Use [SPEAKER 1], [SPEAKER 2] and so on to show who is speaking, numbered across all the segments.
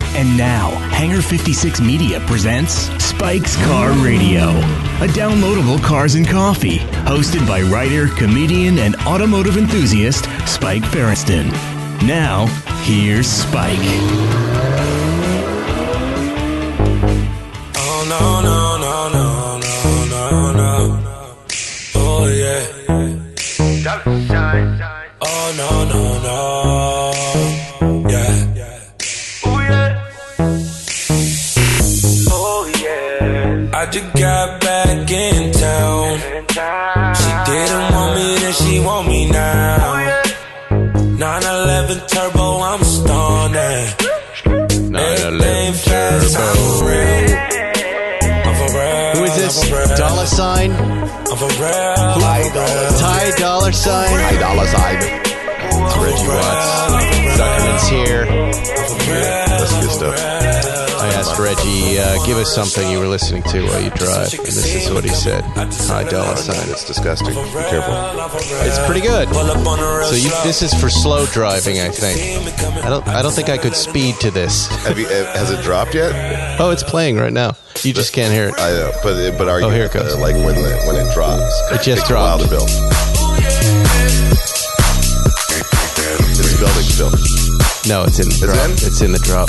[SPEAKER 1] And now, Hangar 56 Media presents Spike's Car Radio, a downloadable cars and coffee, hosted by writer, comedian, and automotive enthusiast Spike Ferriston. Now, here's Spike.
[SPEAKER 2] Oh no no no no no no no. Oh yeah. Oh no no no. Yeah.
[SPEAKER 3] Oh yeah,
[SPEAKER 2] I just got back in town.
[SPEAKER 3] and time.
[SPEAKER 2] She didn't want me, then she want me now. 911 turbo, I'm stunning.
[SPEAKER 4] 911
[SPEAKER 2] I'm for real. I'm for real.
[SPEAKER 5] Who is
[SPEAKER 2] I'm
[SPEAKER 5] this?
[SPEAKER 2] for real.
[SPEAKER 5] Dollar sign?
[SPEAKER 2] I'm for real. I'm for real.
[SPEAKER 5] Ty Dollar sign?
[SPEAKER 4] High dollar sign. It's Reggie Watts.
[SPEAKER 5] It's
[SPEAKER 4] Documents.
[SPEAKER 5] here.
[SPEAKER 4] That's good stuff.
[SPEAKER 5] I asked Reggie, uh, give us something you were listening to while you drive. And this is what he said. High Dollar sign.
[SPEAKER 4] It's disgusting. Be careful.
[SPEAKER 5] It's pretty good.
[SPEAKER 2] Pull up on the real
[SPEAKER 5] So you,
[SPEAKER 2] slow.
[SPEAKER 5] this is for slow driving, I think. I don't, I don't think I could speed to this.
[SPEAKER 4] Have you, uh, has it dropped yet?
[SPEAKER 5] Oh, it's playing right now. You just can't hear it.
[SPEAKER 4] I know, but it- but are you
[SPEAKER 5] Oh, here it goes.
[SPEAKER 4] uh, like when it, when it drops?
[SPEAKER 5] It just
[SPEAKER 4] takes a while to
[SPEAKER 5] dropped.
[SPEAKER 4] build. It's building still.
[SPEAKER 5] No, it's in the drop.
[SPEAKER 4] in?
[SPEAKER 5] It's in the drop.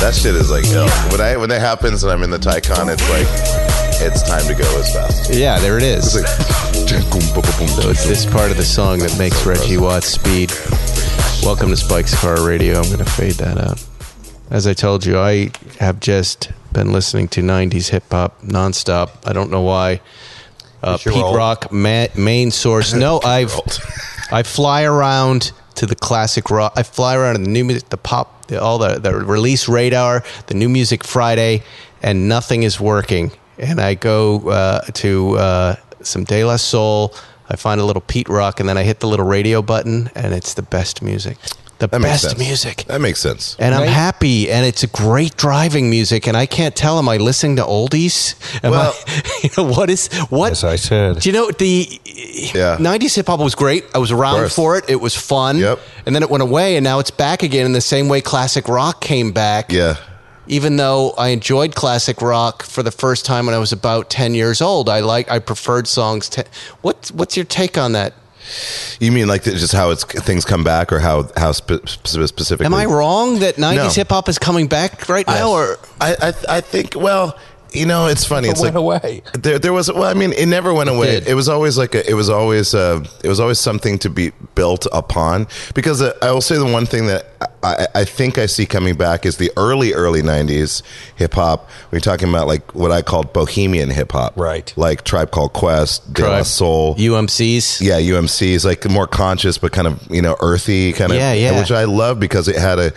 [SPEAKER 4] That shit is like oh, when I when that happens and I'm in the Taycan, it's like it's time to go as fast.
[SPEAKER 5] Yeah, there it is.
[SPEAKER 4] It's like
[SPEAKER 5] So it's this part of the song that makes Reggie Watts speed. Welcome to Spike's Car Radio. I'm going to fade that out. As I told you, I have just been listening to 90s hip hop nonstop. I don't know why. Uh,
[SPEAKER 4] It's your
[SPEAKER 5] Pete
[SPEAKER 4] old.
[SPEAKER 5] Rock, ma- main source. No, I've I fly around to the classic rock. I fly around to the new music, the pop, the, all the the release radar, the new music Friday, and nothing is working. And I go uh, to uh, some De La Soul. I find a little Pete Rock, and then I hit the little radio button, and it's the best music. The
[SPEAKER 4] that makes
[SPEAKER 5] best
[SPEAKER 4] sense.
[SPEAKER 5] music.
[SPEAKER 4] That makes sense.
[SPEAKER 5] And I'm happy, and it's a great driving music. And I can't tell. Am I listening to oldies? Am
[SPEAKER 4] Well-
[SPEAKER 5] I, you know, what is what?
[SPEAKER 6] As I said.
[SPEAKER 5] Do you know the
[SPEAKER 4] Yeah.
[SPEAKER 5] '90s hip hop was great? I was around
[SPEAKER 4] course.
[SPEAKER 5] for it. It was fun.
[SPEAKER 4] Yep.
[SPEAKER 5] And then it went away, and now it's back again in the same way classic rock came back.
[SPEAKER 4] Yeah.
[SPEAKER 5] Even though I enjoyed classic rock for the first time when I was about ten years old, I like I preferred songs. Te- what What's your take on that?
[SPEAKER 4] You mean like just how it's things come back or how how spe- spe- specifically?
[SPEAKER 5] Am I wrong that '90s
[SPEAKER 4] No.
[SPEAKER 5] hip hop is coming back right now? Or
[SPEAKER 4] I, I I think well, you know, it's funny. It's
[SPEAKER 6] went
[SPEAKER 4] like
[SPEAKER 6] away.
[SPEAKER 4] there there was well, I mean, it never went away.
[SPEAKER 5] did.
[SPEAKER 4] It was always like a, it was always uh, it was always something to be built upon. Because uh, I will say the one thing that I, I think I see coming back is the early early '90s hip hop. We're talking about like what I called bohemian hip hop,
[SPEAKER 6] Right.
[SPEAKER 4] Like Tribe Called Quest, De La
[SPEAKER 5] Tribe.
[SPEAKER 4] Soul,
[SPEAKER 5] UMCs?
[SPEAKER 4] yeah, UMC is like more conscious, but kind of you know earthy kind of,
[SPEAKER 5] Yeah, yeah.
[SPEAKER 4] which I love because it had a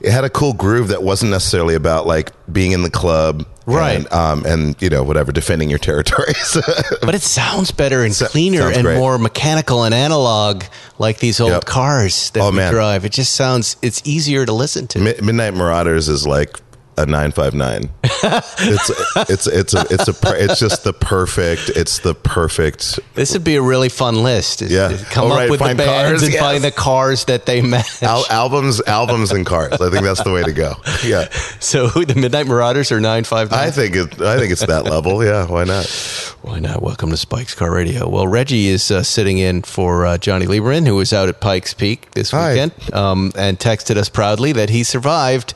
[SPEAKER 4] it had a cool groove that wasn't necessarily about like being in the club,
[SPEAKER 5] Right.
[SPEAKER 4] And, um, and you know whatever defending your territories.
[SPEAKER 5] But it sounds better and
[SPEAKER 4] So-
[SPEAKER 5] cleaner
[SPEAKER 4] sounds
[SPEAKER 5] and
[SPEAKER 4] great.
[SPEAKER 5] more mechanical and analog, like these old
[SPEAKER 4] Yep.
[SPEAKER 5] cars that
[SPEAKER 4] Oh,
[SPEAKER 5] we
[SPEAKER 4] man.
[SPEAKER 5] drive. It just sounds it's easier to listen to.
[SPEAKER 4] Mid- Midnight Marauders is like a nine five nine. It's it's it's a it's a per- it's just the perfect. It's the perfect.
[SPEAKER 5] This would be a really fun list. is
[SPEAKER 4] Yeah.
[SPEAKER 5] to come
[SPEAKER 4] Oh,
[SPEAKER 5] up
[SPEAKER 4] right,
[SPEAKER 5] with the
[SPEAKER 4] find
[SPEAKER 5] bands
[SPEAKER 4] cars,
[SPEAKER 5] and
[SPEAKER 4] yes.
[SPEAKER 5] find the cars that they match.
[SPEAKER 4] Al- albums, albums, and cars. I think that's the way to go. Yeah,
[SPEAKER 5] so who- the Midnight Marauders are nine five
[SPEAKER 4] I
[SPEAKER 5] nine.
[SPEAKER 4] think it, I think it's that level. Yeah, why not?
[SPEAKER 5] Why not? Welcome to Spike's Car Radio. Well, Reggie is uh, sitting in for uh, Johnny Lieberman, who was out at Pikes Peak this
[SPEAKER 4] Hi.
[SPEAKER 5] weekend, um, and texted us proudly that he survived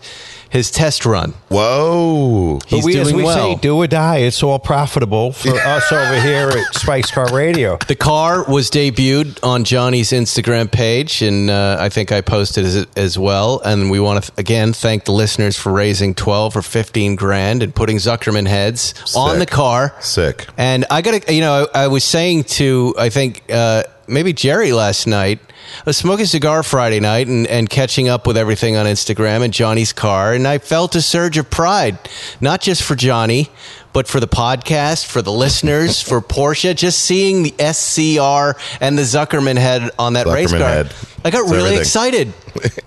[SPEAKER 5] his test run.
[SPEAKER 4] Whoa.
[SPEAKER 5] He's
[SPEAKER 6] we,
[SPEAKER 5] doing
[SPEAKER 6] as we
[SPEAKER 5] well.
[SPEAKER 6] say, do or die. It's all profitable for us over here at Spike's Car Radio.
[SPEAKER 5] The car was debuted on Johnny's Instagram page, and uh, I think I posted as, as well. And we want to again thank the listeners for raising twelve or fifteen grand and putting Zuckerman heads on the
[SPEAKER 4] Sick.
[SPEAKER 5] car.
[SPEAKER 4] Sick.
[SPEAKER 5] And I gotta, you know, I, I was saying to, I think uh, maybe Jerry last night. I was smoking a cigar Friday night and, and catching up with everything on Instagram and Johnny's car, and I felt a surge of pride, not just for Johnny, but for the podcast, for the listeners, for Porsche. Just seeing the SCR and the Zuckerman head on that race
[SPEAKER 4] Zuckerman
[SPEAKER 5] car,
[SPEAKER 4] head.
[SPEAKER 5] I got
[SPEAKER 4] It's
[SPEAKER 5] really
[SPEAKER 4] everything.
[SPEAKER 5] excited.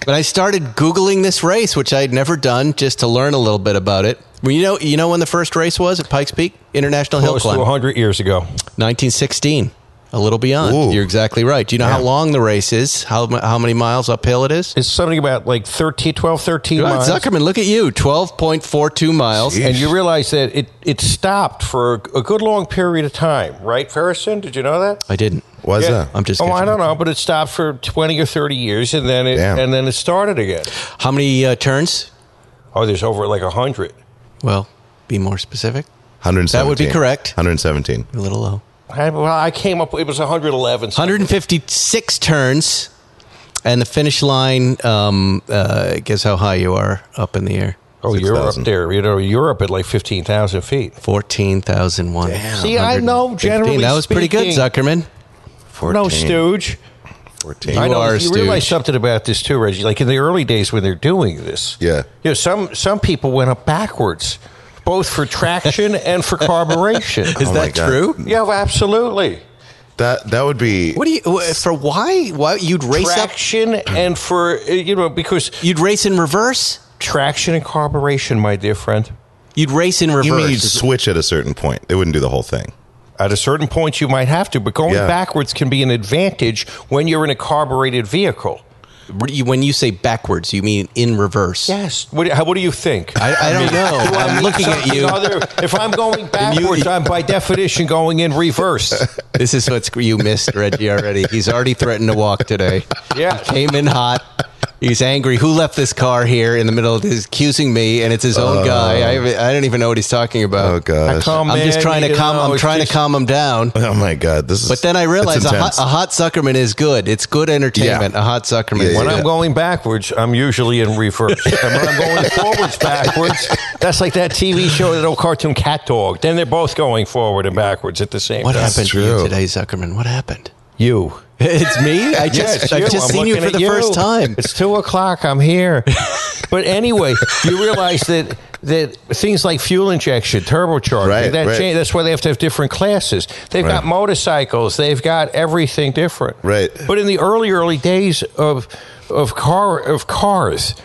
[SPEAKER 5] but I started googling this race, which I had never done, just to learn a little bit about it. Well, you know, you know when the first race was at Pikes Peak International Hill
[SPEAKER 6] Close to
[SPEAKER 5] Climb.
[SPEAKER 6] 100 years ago.
[SPEAKER 5] 1916. a little beyond.
[SPEAKER 4] Ooh.
[SPEAKER 5] You're exactly right. Do you know how long the race is? How mu- how many miles uphill it is?
[SPEAKER 6] It's something about like 13, 12, 13
[SPEAKER 5] Right,
[SPEAKER 6] miles.
[SPEAKER 5] Zuckerman, look at you, twelve point four two miles.
[SPEAKER 6] And you realize that it, it stopped for a good long period of time, right, Ferrison? Did you know that?
[SPEAKER 5] I didn't.
[SPEAKER 4] Why's
[SPEAKER 6] Yeah.
[SPEAKER 4] that?
[SPEAKER 5] I'm just
[SPEAKER 6] Oh, I
[SPEAKER 5] catching
[SPEAKER 6] don't know, but it stopped for twenty or thirty years, and then it
[SPEAKER 4] Damn.
[SPEAKER 6] and then it started again.
[SPEAKER 5] How many uh, turns?
[SPEAKER 6] Oh, there's over like a hundred.
[SPEAKER 5] Well, be more specific.
[SPEAKER 4] 117.
[SPEAKER 5] That would be correct.
[SPEAKER 4] 117.
[SPEAKER 5] A little low.
[SPEAKER 6] I, well, I came up. It was 111.
[SPEAKER 5] 156 turns, and the finish line. Um, uh, guess how high you are up in the air?
[SPEAKER 6] Oh, you're up
[SPEAKER 4] 6,000.
[SPEAKER 6] there. You know, you're up at like fifteen thousand feet.
[SPEAKER 5] Fourteen thousand one.
[SPEAKER 6] See, I know, generally
[SPEAKER 5] that was pretty good,
[SPEAKER 6] speaking-
[SPEAKER 5] Zuckerman.
[SPEAKER 4] 14.
[SPEAKER 6] No, Stooge.
[SPEAKER 4] 14.
[SPEAKER 6] I know
[SPEAKER 5] are
[SPEAKER 6] you
[SPEAKER 5] Stooge.
[SPEAKER 6] realize something about this too, Reggie. Like in the early days when they're doing this,
[SPEAKER 4] Yeah.
[SPEAKER 6] you know, some some people went up backwards, both for traction and for carburation.
[SPEAKER 5] Is
[SPEAKER 4] Oh my
[SPEAKER 5] that
[SPEAKER 4] God.
[SPEAKER 5] true?
[SPEAKER 6] yeah, well, absolutely.
[SPEAKER 4] That that would be
[SPEAKER 5] What do you wh- for? Why? Why you'd race up?
[SPEAKER 6] Traction and for uh, you know because
[SPEAKER 5] You'd race in reverse.
[SPEAKER 6] traction and carburation, my dear friend.
[SPEAKER 5] You'd race in reverse.
[SPEAKER 4] You mean you'd switch at a certain point. They wouldn't do the whole thing.
[SPEAKER 6] At a certain point, you might have to, but going
[SPEAKER 4] Yeah.
[SPEAKER 6] backwards can be an advantage when you're in a carbureted vehicle.
[SPEAKER 5] You- when you say backwards, you mean in reverse.
[SPEAKER 6] Yes. What, do- how, what do you think?
[SPEAKER 5] I, I don't know.
[SPEAKER 6] Do I
[SPEAKER 5] I'm
[SPEAKER 6] mean
[SPEAKER 5] looking at
[SPEAKER 6] something
[SPEAKER 5] you.
[SPEAKER 6] other- if I'm going backwards, I'm by definition going in reverse.
[SPEAKER 5] This is what you missed, Reggie. Already, he's already threatened to walk today.
[SPEAKER 6] Yeah.
[SPEAKER 5] he came in hot. He's angry. Who left this car here in the middle? of He's accusing me, and it's his own guy. I, I don't even know what he's talking about.
[SPEAKER 4] Oh gosh.
[SPEAKER 6] Come
[SPEAKER 5] I'm just
[SPEAKER 6] in,
[SPEAKER 5] trying to
[SPEAKER 6] you
[SPEAKER 5] calm.
[SPEAKER 6] know,
[SPEAKER 5] I'm
[SPEAKER 6] it's
[SPEAKER 5] trying
[SPEAKER 6] just-
[SPEAKER 5] to calm him down.
[SPEAKER 4] Oh my god. This is
[SPEAKER 5] But then I
[SPEAKER 4] it's
[SPEAKER 5] realized a hot,
[SPEAKER 4] intense.
[SPEAKER 5] a hot Zuckerman is good. It's good entertainment. A hot Zuckerman.
[SPEAKER 4] Yeah,
[SPEAKER 6] When
[SPEAKER 4] yeah,
[SPEAKER 6] I'm going backwards, I'm usually in reverse. and when I'm going forwards, backwards, that's like that TV show, that old cartoon Cat Dog. Then they're both going forward and backwards at the same
[SPEAKER 5] What
[SPEAKER 6] time.
[SPEAKER 5] happened to
[SPEAKER 4] true.
[SPEAKER 5] you today, Zuckerman? What happened?
[SPEAKER 6] You.
[SPEAKER 5] It's me. I just
[SPEAKER 6] Yes,
[SPEAKER 5] I've
[SPEAKER 6] you.
[SPEAKER 5] just
[SPEAKER 6] I'm
[SPEAKER 5] seen you
[SPEAKER 6] looking
[SPEAKER 5] for
[SPEAKER 6] at
[SPEAKER 5] the first time.
[SPEAKER 6] It's two o'clock. I'm here. but anyway, you realize that that things like fuel injection, turbocharger,
[SPEAKER 4] Right,
[SPEAKER 6] that
[SPEAKER 4] right.
[SPEAKER 6] cha- that's why they have to have different classes. They've got
[SPEAKER 4] Right.
[SPEAKER 6] motorcycles. They've got everything different.
[SPEAKER 4] Right.
[SPEAKER 6] But in the early early days of of car of cars,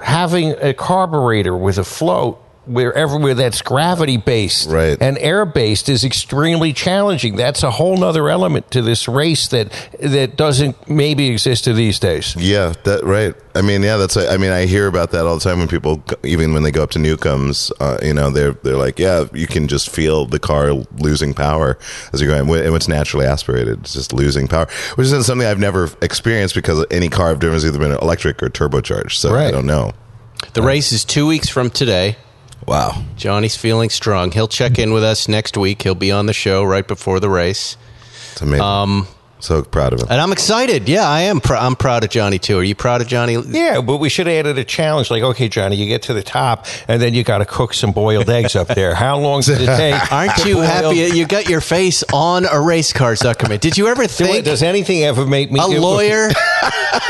[SPEAKER 6] having a carburetor with a float. Wherever where that's gravity based
[SPEAKER 4] Right.
[SPEAKER 6] and air based is extremely challenging. That's a whole nother element to this race that that doesn't maybe exist in these days.
[SPEAKER 4] Yeah, that right. I mean, yeah, that's. I mean, I hear about that all the time when people, even when they go up to Newcombs, uh, you know, they're they're like, yeah, you can just feel the car losing power as you're going, and it's naturally aspirated, it's just losing power, which is something I've never experienced because any car I've driven has either been electric or turbocharged, so I
[SPEAKER 6] Right.
[SPEAKER 4] don't know.
[SPEAKER 5] The race is two weeks from today.
[SPEAKER 4] Wow.
[SPEAKER 5] Johnny's feeling strong. He'll check in with us next week. He'll be on the show right before the race,
[SPEAKER 4] It's amazing. Um, so proud of him.
[SPEAKER 5] and I'm excited. Yeah, I am. Pr- I'm proud of Johnny too. Are you proud of Johnny?
[SPEAKER 6] Yeah, but we should have added a challenge like, okay, Johnny, you get to the top and then you got to cook some boiled eggs up there. How long does it take?
[SPEAKER 5] Aren't
[SPEAKER 6] to
[SPEAKER 5] you
[SPEAKER 6] boil-
[SPEAKER 5] happy you got your face on a race car, Zuckerman? Did you ever
[SPEAKER 6] Do it-
[SPEAKER 5] think
[SPEAKER 6] Does anything ever make me
[SPEAKER 5] a
[SPEAKER 6] do-
[SPEAKER 5] lawyer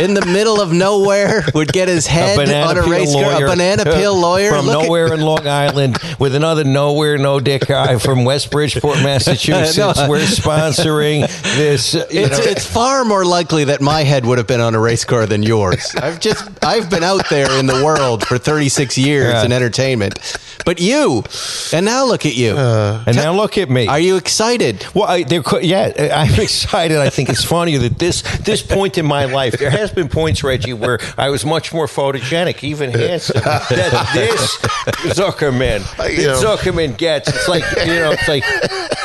[SPEAKER 5] in the middle of nowhere would get his head on a
[SPEAKER 6] peel
[SPEAKER 5] race car? A banana peel lawyer
[SPEAKER 6] from
[SPEAKER 5] Look at-
[SPEAKER 6] nowhere in Long Island with another nowhere no dick guy from West Bridgeport, Massachusetts.
[SPEAKER 5] No.
[SPEAKER 6] We're sponsoring this. uh, You
[SPEAKER 5] It's,
[SPEAKER 6] know,
[SPEAKER 5] it's far more likely that my head would have been on a race car than yours. I've just I've been out there in the world for 36 years
[SPEAKER 6] Yeah.
[SPEAKER 5] in entertainment, but you, and now look at you.
[SPEAKER 6] and now look at me.
[SPEAKER 5] Are you excited?
[SPEAKER 6] Well, I, there, could- yeah, I- I'm excited. I think it's funny that this this point in my life, there has been points, Reggie, where I was much more photogenic, even handsome. That this Zuckerman,
[SPEAKER 4] You know.
[SPEAKER 6] Zuckerman gets. It's like you know, it's like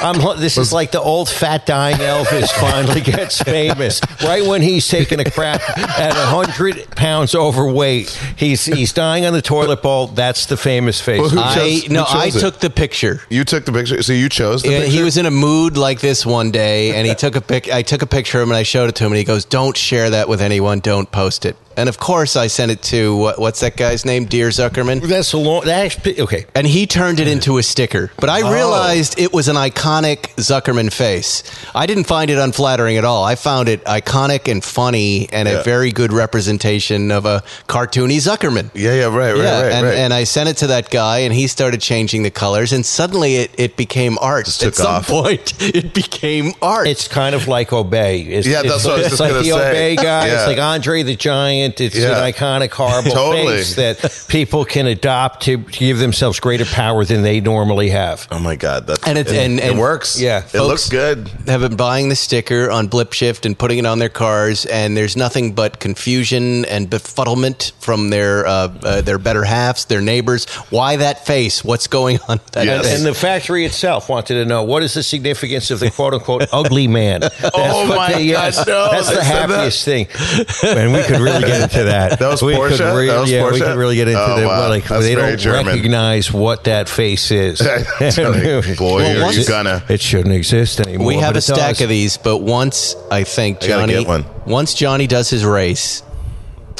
[SPEAKER 6] I'm. This is like the old fat dying Elvis finally gets famous. Right when he's taking a crap at hundred pounds overweight, he's he's dying on the toilet bowl. That's the famous face.
[SPEAKER 4] Well, who
[SPEAKER 5] I
[SPEAKER 4] chose- who
[SPEAKER 5] no,
[SPEAKER 4] chose
[SPEAKER 5] I
[SPEAKER 4] it?
[SPEAKER 5] took the picture.
[SPEAKER 4] You took the picture, so you chose the
[SPEAKER 5] Yeah,
[SPEAKER 4] picture.
[SPEAKER 5] he was in a mood like this one day, and he took a pic. I took a picture of him, and I showed it to him, and he goes, "Don't share that with anyone. Don't post it." And of course, I sent it to what, what's that guy's name, Dear Zuckerman.
[SPEAKER 6] that's a long. That's okay.
[SPEAKER 5] and he turned it into a sticker. But
[SPEAKER 4] Oh.
[SPEAKER 5] I realized it was an iconic Zuckerman face. I didn't find it unflattering at all. I found it iconic and funny and a
[SPEAKER 4] Yeah.
[SPEAKER 5] very good representation of a cartoony Zuckerman.
[SPEAKER 4] yeah, yeah, right, right,
[SPEAKER 5] yeah,
[SPEAKER 4] right,
[SPEAKER 5] and,
[SPEAKER 4] right.
[SPEAKER 5] and uh, I sent it to that guy, and he started changing the colors, and suddenly it, it became art.
[SPEAKER 4] Just
[SPEAKER 5] At
[SPEAKER 4] took
[SPEAKER 5] some
[SPEAKER 4] off.
[SPEAKER 5] point, it became art.
[SPEAKER 6] It's kind of like Obey. It's,
[SPEAKER 4] Yeah, that's
[SPEAKER 6] it's,
[SPEAKER 4] what I was
[SPEAKER 6] it's
[SPEAKER 4] just
[SPEAKER 6] like
[SPEAKER 4] gonna
[SPEAKER 6] the
[SPEAKER 4] say.
[SPEAKER 6] Obey guy.
[SPEAKER 4] Yeah.
[SPEAKER 6] It's like Andre the Giant. movement. It's
[SPEAKER 4] Yeah.
[SPEAKER 6] an iconic, horrible
[SPEAKER 4] Totally.
[SPEAKER 6] face that people can adopt to give themselves greater power than they normally have.
[SPEAKER 4] Oh my god, that's
[SPEAKER 5] And it's- and-
[SPEAKER 4] it
[SPEAKER 5] and-
[SPEAKER 4] works.
[SPEAKER 5] yeah,
[SPEAKER 4] it
[SPEAKER 5] folks-
[SPEAKER 4] looks good.
[SPEAKER 5] have been buying the sticker on Blip Shift and putting it on their cars, and there's nothing but confusion and befuddlement from their uh, uh, their better halves, their neighbors. Why that face? What's going on? With that
[SPEAKER 4] Yes.
[SPEAKER 5] face?
[SPEAKER 6] And the factory itself wanted to know what is the significance of the quote unquote ugly man. That's
[SPEAKER 4] Oh
[SPEAKER 6] what
[SPEAKER 4] my God, no,
[SPEAKER 6] that's
[SPEAKER 4] they
[SPEAKER 6] the
[SPEAKER 4] said that?
[SPEAKER 6] happiest thing. And we could really get into that.
[SPEAKER 4] That was
[SPEAKER 6] we
[SPEAKER 4] Porsche?
[SPEAKER 6] Could
[SPEAKER 4] That was
[SPEAKER 6] yeah, we
[SPEAKER 4] Porsche?
[SPEAKER 6] could really get into
[SPEAKER 4] Oh,
[SPEAKER 6] that.
[SPEAKER 4] wow.
[SPEAKER 6] Like
[SPEAKER 4] That's
[SPEAKER 6] they
[SPEAKER 4] very
[SPEAKER 6] don't
[SPEAKER 4] German.
[SPEAKER 6] recognize what that face is.
[SPEAKER 4] Boy,
[SPEAKER 5] are you
[SPEAKER 6] once-
[SPEAKER 4] gonna.
[SPEAKER 6] It shouldn't exist anymore.
[SPEAKER 5] we have
[SPEAKER 6] but
[SPEAKER 5] a
[SPEAKER 6] it
[SPEAKER 5] stack
[SPEAKER 6] does.
[SPEAKER 5] of these, but once I think
[SPEAKER 4] I gotta
[SPEAKER 5] Johnny,
[SPEAKER 4] get one.
[SPEAKER 5] once Johnny does his race,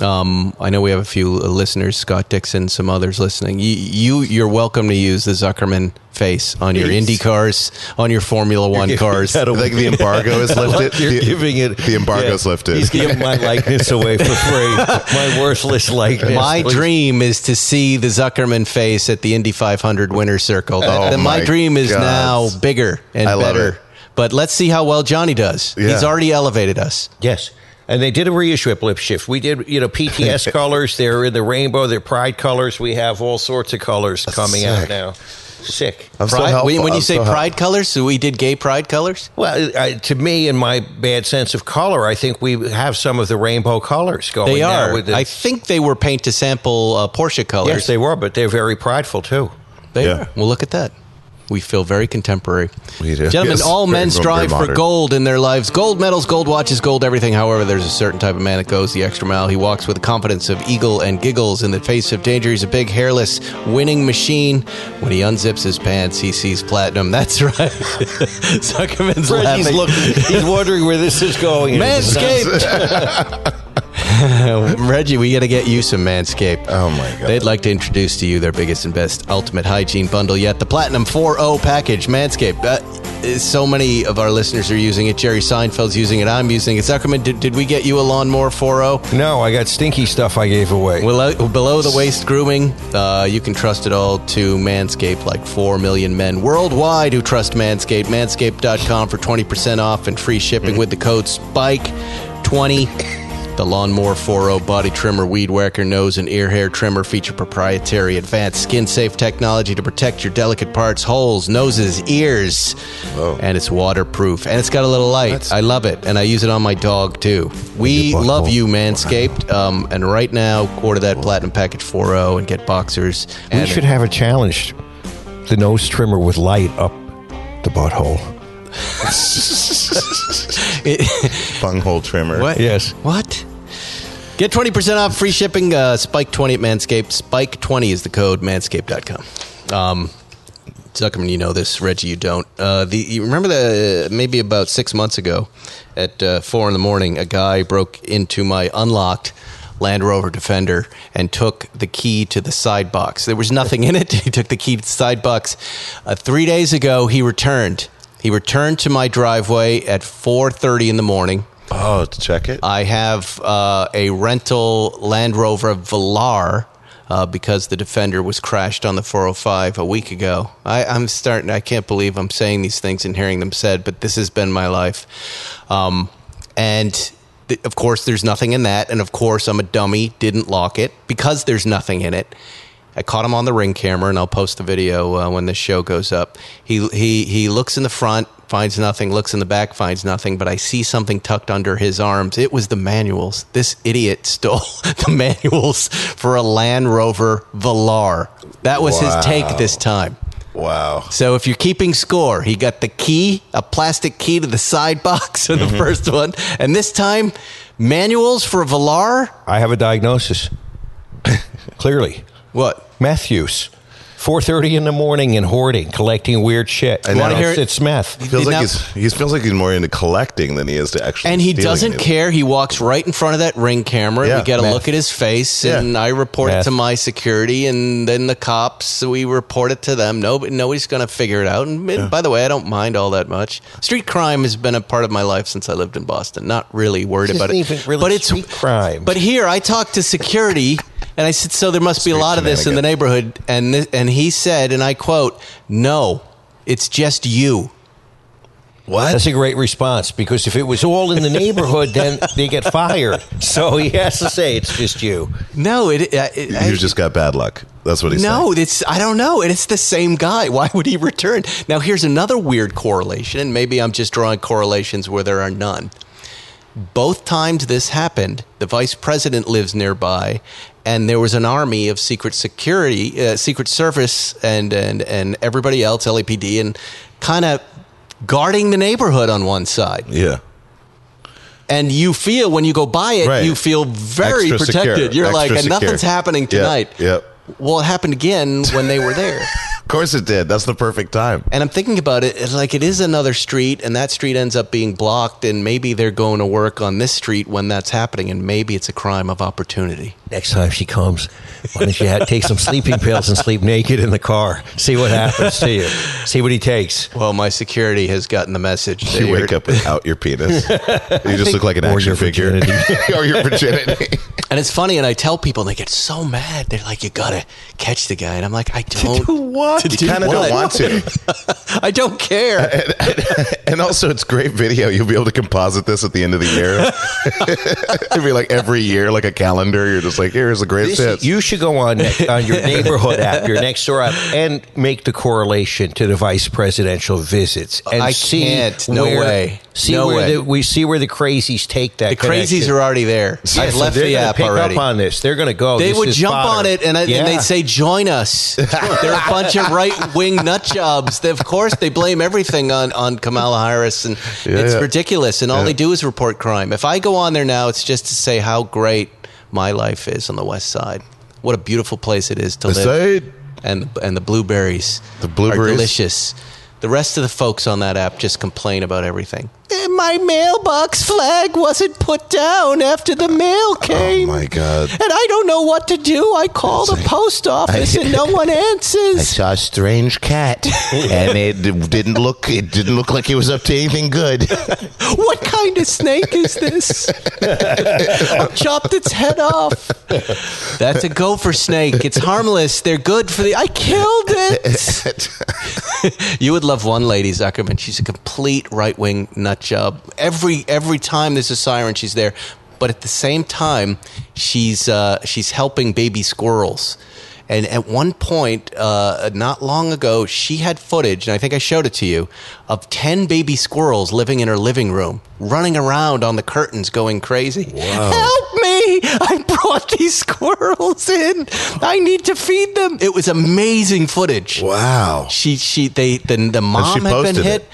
[SPEAKER 5] um, I know we have a few listeners, Scott Dixon, some others listening. You, you you're welcome to use the Zuckerman face on your
[SPEAKER 4] Please.
[SPEAKER 5] Indy cars, on your Formula One cars.
[SPEAKER 6] that
[SPEAKER 4] I think the embargo is lifted.
[SPEAKER 6] You're
[SPEAKER 4] the,
[SPEAKER 6] giving it.
[SPEAKER 4] the embargo is
[SPEAKER 6] yeah,
[SPEAKER 4] lifted.
[SPEAKER 6] He's giving my likeness away for free. My worthless likeness.
[SPEAKER 5] My
[SPEAKER 6] Please.
[SPEAKER 5] dream is to see the Zuckerman face at the Indy 500 winner circle. That,
[SPEAKER 4] Oh
[SPEAKER 5] that my,
[SPEAKER 4] my
[SPEAKER 5] dream is
[SPEAKER 4] God.
[SPEAKER 5] now bigger and
[SPEAKER 4] I love
[SPEAKER 5] better.
[SPEAKER 4] it.
[SPEAKER 5] But let's see how well Johnny does.
[SPEAKER 4] Yeah.
[SPEAKER 5] He's already elevated us.
[SPEAKER 6] Yes. And they did a reissue at Blip Shift. We did, you know, PTS colors. They're in the rainbow. They're pride colors. We have all sorts of colors coming out
[SPEAKER 4] sick.
[SPEAKER 6] now. Sick.
[SPEAKER 4] I'm so
[SPEAKER 5] Pride-
[SPEAKER 4] helpful.
[SPEAKER 5] when, when you
[SPEAKER 4] I'm
[SPEAKER 5] say
[SPEAKER 4] so helpful.
[SPEAKER 5] pride colors, so we did gay pride colors.
[SPEAKER 6] Well, I, to me, in my bad sense of color, I think we have some of the rainbow colors going.
[SPEAKER 5] They
[SPEAKER 6] now
[SPEAKER 5] are.
[SPEAKER 6] with the-
[SPEAKER 5] I think they were paint to sample uh, Porsche colors.
[SPEAKER 6] yes, they were, but they're very prideful too.
[SPEAKER 5] They
[SPEAKER 4] Yeah.
[SPEAKER 5] are. Well, look at that. We feel very contemporary.
[SPEAKER 4] We do.
[SPEAKER 5] Gentlemen,
[SPEAKER 4] Yes,
[SPEAKER 5] all
[SPEAKER 4] very-
[SPEAKER 5] men
[SPEAKER 4] very
[SPEAKER 5] strive for
[SPEAKER 4] modern.
[SPEAKER 5] gold in their lives gold medals, gold watches, gold everything. However, there's a certain type of man that goes the extra mile. He walks with the confidence of eagle and giggles in the face of danger. He's a big, hairless, winning machine. When he unzips his pants, he sees platinum. That's right. Zuckerman's laughing.
[SPEAKER 6] He's looking. He's wondering where this is going.
[SPEAKER 5] Manscaped. Reggie, we got to get you some Manscaped.
[SPEAKER 4] Oh my God.
[SPEAKER 5] They'd like to introduce to you their biggest and best ultimate hygiene bundle yet, the Platinum 4.0 package, Manscaped. Uh, so many of our listeners are using it. Jerry Seinfeld's using it. I'm using it. Zuckerman, did, did we get you a lawnmower 4.0?
[SPEAKER 6] No, I got stinky stuff I gave away.
[SPEAKER 5] Below, uh, below the waist grooming, uh, you can trust it all to Manscaped, like 4 million men worldwide who trust Manscaped. Manscaped.com for 20% off and free shipping with the code SPIKE20. The Lawnmower 4.0 body trimmer, weed whacker, nose and ear hair trimmer feature proprietary advanced skin safe technology to protect your delicate parts, holes, noses, ears. And it's waterproof. And it's got a little light. I love it. And I use it on my dog too. We love you, Manscaped. Um, and right now, order that Platinum Package 4.0 and get boxers.
[SPEAKER 6] We
[SPEAKER 5] And-
[SPEAKER 6] should have a challenge: the nose trimmer with light up the butthole.
[SPEAKER 4] bunghole trimmer.
[SPEAKER 5] What?
[SPEAKER 6] Yes.
[SPEAKER 5] What? Get 20% off free shipping. Uh, Spike20 at Manscaped. Spike20 is the code, manscaped.com. Um, Zuckerman, you know this. Reggie, you don't. Uh, the you remember the maybe about six months ago, at uh, four in the morning, a guy broke into my unlocked Land Rover Defender and took the key to the side box. There was nothing in it. He took the key to the side box. Uh, three days ago, he returned. He returned to my driveway at four thirty in the morning.
[SPEAKER 4] Oh, to check it.
[SPEAKER 5] I have uh, a rental Land Rover Velar uh, because the Defender was crashed on the 405 a week ago. I, I'm starting. I can't believe I'm saying these things and hearing them said, but this has been my life. Um, and th- of course, there's nothing in that. And of course, I'm a dummy. Didn't lock it because there's nothing in it. I caught him on the ring camera, and I'll post the video uh, when this show goes up. He he he looks in the front, finds nothing. Looks in the back, finds nothing. But I see something tucked under his arms. It was the manuals. This idiot stole the manuals for a Land Rover Velar. That was his take this time.
[SPEAKER 4] wow.
[SPEAKER 5] So if you're keeping score, he got the key, a plastic key to the side box of the first one, and this time manuals for a Velar.
[SPEAKER 6] I have a diagnosis. Clearly,
[SPEAKER 5] What?
[SPEAKER 6] meth use. 4:30 in the morning and hoarding, collecting weird shit.
[SPEAKER 4] I know. Wanna
[SPEAKER 5] hear
[SPEAKER 6] it's,
[SPEAKER 5] it?
[SPEAKER 6] it's meth.
[SPEAKER 4] Feels like
[SPEAKER 5] Now-
[SPEAKER 4] he's, he feels like he's more into collecting than he is to actually.
[SPEAKER 5] And he
[SPEAKER 4] stealing
[SPEAKER 5] doesn't
[SPEAKER 4] it.
[SPEAKER 5] care. He walks right in front of that ring camera.
[SPEAKER 4] Yeah,
[SPEAKER 5] we get a
[SPEAKER 6] meth.
[SPEAKER 5] look at his face,
[SPEAKER 4] Yeah.
[SPEAKER 5] and I report it
[SPEAKER 6] Meth.
[SPEAKER 5] to my security, and then the cops. We report it to them. Nobody, nobody's going to figure it out. And, and by the way, I don't mind all that much. Street crime has been a part of my life since I lived in Boston. Not really worried
[SPEAKER 6] This
[SPEAKER 5] about
[SPEAKER 6] isn't
[SPEAKER 5] it,
[SPEAKER 6] even really
[SPEAKER 5] but it's
[SPEAKER 6] street crime.
[SPEAKER 5] But here, I talked to security. And I said, so there must be a
[SPEAKER 4] Street
[SPEAKER 5] lot of this in the neighborhood. And, this, and he said, and I quote, no, it's just you.
[SPEAKER 4] What?
[SPEAKER 6] That's a great response because if it was all in the neighborhood, then they get fired. So he has to say it's just you.
[SPEAKER 5] No, it. uh, it I-
[SPEAKER 4] You just got bad luck. That's what he's
[SPEAKER 5] no,
[SPEAKER 4] saying.
[SPEAKER 5] it's I don't know, and it's the same guy. Why would he return? Now here's another weird correlation, and maybe I'm just drawing correlations where there are none. Both times this happened, the vice president lives nearby, and there was an army of secret security, uh, secret service, and and and everybody else, LAPD, and kind of guarding the neighborhood on one side.
[SPEAKER 4] Yeah.
[SPEAKER 5] And you feel when you go by it,
[SPEAKER 4] Right.
[SPEAKER 5] you feel very
[SPEAKER 4] Extra secure,
[SPEAKER 5] protected. You're
[SPEAKER 4] extra
[SPEAKER 5] like, and
[SPEAKER 4] secure.
[SPEAKER 5] nothing's happening
[SPEAKER 4] Yeah,
[SPEAKER 5] tonight.
[SPEAKER 4] Yep.
[SPEAKER 5] Well, it happened again when they were there.
[SPEAKER 4] Of course it did. That's the perfect time.
[SPEAKER 5] And I'm thinking about it, it's like it is another street, and that street ends up being blocked, and maybe they're going to work on this street when that's happening, and maybe it's a crime of opportunity.
[SPEAKER 6] Next time she comes, why don't you have, take some sleeping pills and sleep naked in the car? See what happens to you. See what he takes.
[SPEAKER 5] Well, my security has gotten the message.
[SPEAKER 4] You
[SPEAKER 5] They
[SPEAKER 4] wake
[SPEAKER 5] are-
[SPEAKER 4] up without your penis. You just look like an
[SPEAKER 6] Or
[SPEAKER 4] action
[SPEAKER 6] your
[SPEAKER 4] figure.
[SPEAKER 6] virginity.
[SPEAKER 4] or your virginity.
[SPEAKER 5] And it's funny, and I tell people, and they get so mad. They're like, you gotta catch the guy. And I'm like, I don't.
[SPEAKER 4] what?
[SPEAKER 5] To do
[SPEAKER 4] you kind of
[SPEAKER 5] what?
[SPEAKER 4] don't want to.
[SPEAKER 5] I don't care.
[SPEAKER 4] And also, it's great video. You'll be able to composite this at the end of the year. It'll be like every year, like a calendar. You're just like, here's the greatest
[SPEAKER 6] This,
[SPEAKER 4] hits.
[SPEAKER 6] you should go on on your neighborhood app, your next door app, and make the correlation to the vice presidential visits. And
[SPEAKER 5] I
[SPEAKER 6] see
[SPEAKER 5] can't. No
[SPEAKER 6] where-
[SPEAKER 5] way.
[SPEAKER 6] See
[SPEAKER 5] No
[SPEAKER 6] where
[SPEAKER 5] way.
[SPEAKER 6] The, we see where the crazies take that.
[SPEAKER 5] The crazies are already there. I've left the app
[SPEAKER 6] pick
[SPEAKER 5] already.
[SPEAKER 6] Up on this, they're going to go.
[SPEAKER 5] They
[SPEAKER 6] This
[SPEAKER 5] would
[SPEAKER 6] is
[SPEAKER 5] jump
[SPEAKER 6] fodder.
[SPEAKER 5] on it and, I-
[SPEAKER 6] Yeah.
[SPEAKER 5] and they'd say, "Join us." They're a bunch of right-wing nut jobs. They, of course, they blame everything on on Kamala Harris, and it's
[SPEAKER 4] yeah.
[SPEAKER 5] ridiculous. And all
[SPEAKER 4] Yeah.
[SPEAKER 5] they do is report crime. If I go on there now, it's just to say how great my life is on the West Side. What a beautiful place it is to
[SPEAKER 4] West
[SPEAKER 5] live,
[SPEAKER 4] Side.
[SPEAKER 5] and and the blueberries,
[SPEAKER 4] The blueberries.
[SPEAKER 5] are delicious. The rest of the folks on that app just complain about everything. "Eh, My mailbox flag wasn't put down after the mail
[SPEAKER 4] oh
[SPEAKER 5] came
[SPEAKER 4] my God.
[SPEAKER 5] and I don't know what to do. I call the post office and no one answers.
[SPEAKER 4] a strange cat, and it didn't look. It didn't look like it was up to anything good.
[SPEAKER 5] What kind of snake is this? I chopped its head off. That's a gopher snake. It's harmless. They're good for the. I killed it. You would love one lady, Zuckerman. She's a complete right wing nut job. Every every time there's a siren, she's there. But at the same time, she's uh, she's helping baby squirrels. And at one point, uh, not long ago, she had footage, and I think I showed it to you, of ten baby squirrels living in her living room, running around on the curtains, going crazy. Help me! I brought these squirrels in. I need to feed them. It was amazing footage
[SPEAKER 4] wow.
[SPEAKER 5] she she they the, the mom had been
[SPEAKER 4] posted
[SPEAKER 5] hit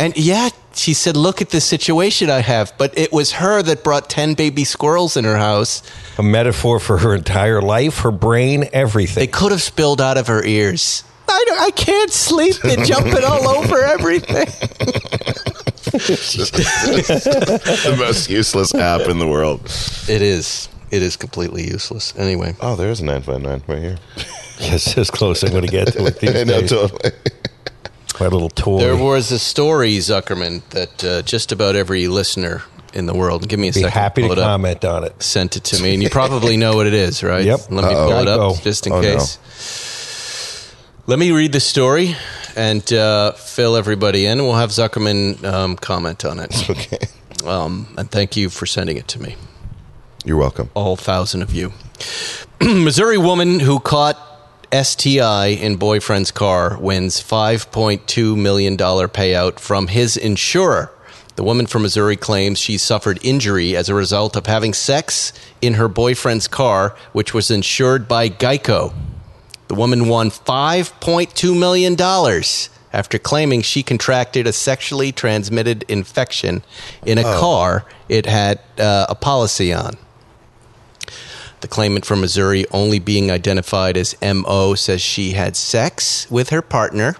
[SPEAKER 5] and yeah she said look at the situation i have but it was her that brought 10 baby squirrels in her house
[SPEAKER 6] a metaphor for her entire life, her brain,
[SPEAKER 5] they
[SPEAKER 6] everything.
[SPEAKER 5] could have spilled out of her ears I, don't, I can't sleep. They're jumping all over everything.
[SPEAKER 4] the most useless app in the world.
[SPEAKER 5] It is. It is completely useless. Anyway,
[SPEAKER 4] Oh, there's a nine five nine right here.
[SPEAKER 6] Yes, as close I'm going to get to it these
[SPEAKER 4] I know,
[SPEAKER 6] days.
[SPEAKER 4] totally.
[SPEAKER 6] My little toy.
[SPEAKER 5] there was a story, Zuckerman, that uh, just about every listener in the world. Give me a
[SPEAKER 6] Be
[SPEAKER 5] second.
[SPEAKER 6] happy
[SPEAKER 5] pull
[SPEAKER 6] to
[SPEAKER 5] it up.
[SPEAKER 6] comment on it.
[SPEAKER 5] sent it to me, and you probably know what it is, right?
[SPEAKER 6] Yep.
[SPEAKER 5] Let me
[SPEAKER 6] Uh-oh.
[SPEAKER 5] pull it up
[SPEAKER 6] Go.
[SPEAKER 5] just in
[SPEAKER 4] Oh, no.
[SPEAKER 5] case. Let me read the story and uh, fill everybody in. We'll have Zuckerman um, comment on it.
[SPEAKER 4] Okay.
[SPEAKER 5] Um, and thank you for sending it to me
[SPEAKER 4] You're welcome.
[SPEAKER 5] all thousand of you. Missouri woman who caught STI in boyfriend's car wins $5.2 million payout from his insurer. The woman from Missouri claims she suffered injury as a result of having sex in her boyfriend's car, which was insured by Geico. The woman won $5.2 million after claiming she contracted a sexually transmitted infection in a car it had uh, a policy on. The claimant from Missouri, only being identified as M.O., says she had sex with her partner.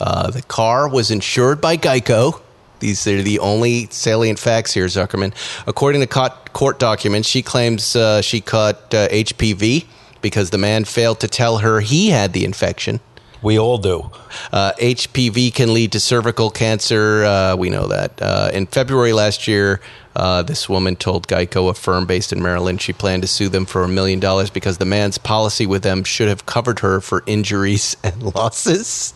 [SPEAKER 5] Uh, the car was insured by Geico. These are the only salient facts here, Zuckerman. According to cot- court documents, she claims uh, she caught uh, HPV because the man failed to tell her he had the infection.
[SPEAKER 6] We all do.
[SPEAKER 5] Uh, HPV can lead to cervical cancer. Uh, we know that. Uh, in February last year, Uh, this woman told Geico, a firm based in Maryland, she planned to sue them for a million dollars because the man's policy with them should have covered her for injuries and losses.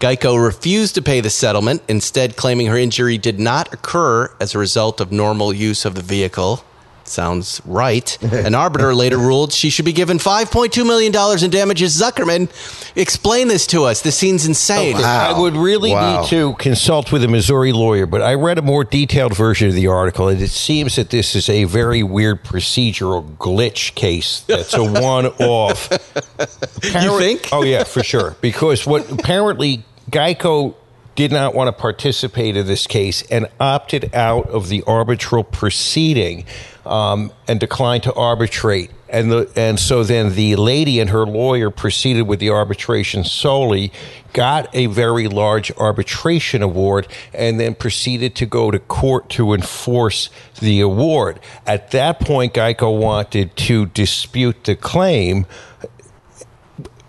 [SPEAKER 5] Geico refused to pay the settlement, instead, claiming her injury did not occur as a result of normal use of the vehicle. Sounds right. An arbiter later ruled she should be given $5.2 million in damages. Zuckerman, explain this to us. This scene's insane.
[SPEAKER 6] I would really
[SPEAKER 4] Oh, Wow.
[SPEAKER 6] need to consult with a Missouri lawyer, but I read a more detailed version of the article, and it seems that this is a very weird procedural glitch case that's a one off.
[SPEAKER 5] You think?
[SPEAKER 6] Oh, yeah, for sure. Because what apparently Geico did not want to participate in this case and opted out of the arbitral proceeding um, and declined to arbitrate. And, the, and so then the lady and her lawyer proceeded with the arbitration solely, got a very large arbitration award, and then proceeded to go to court to enforce the award. At that point, Geico wanted to dispute the claim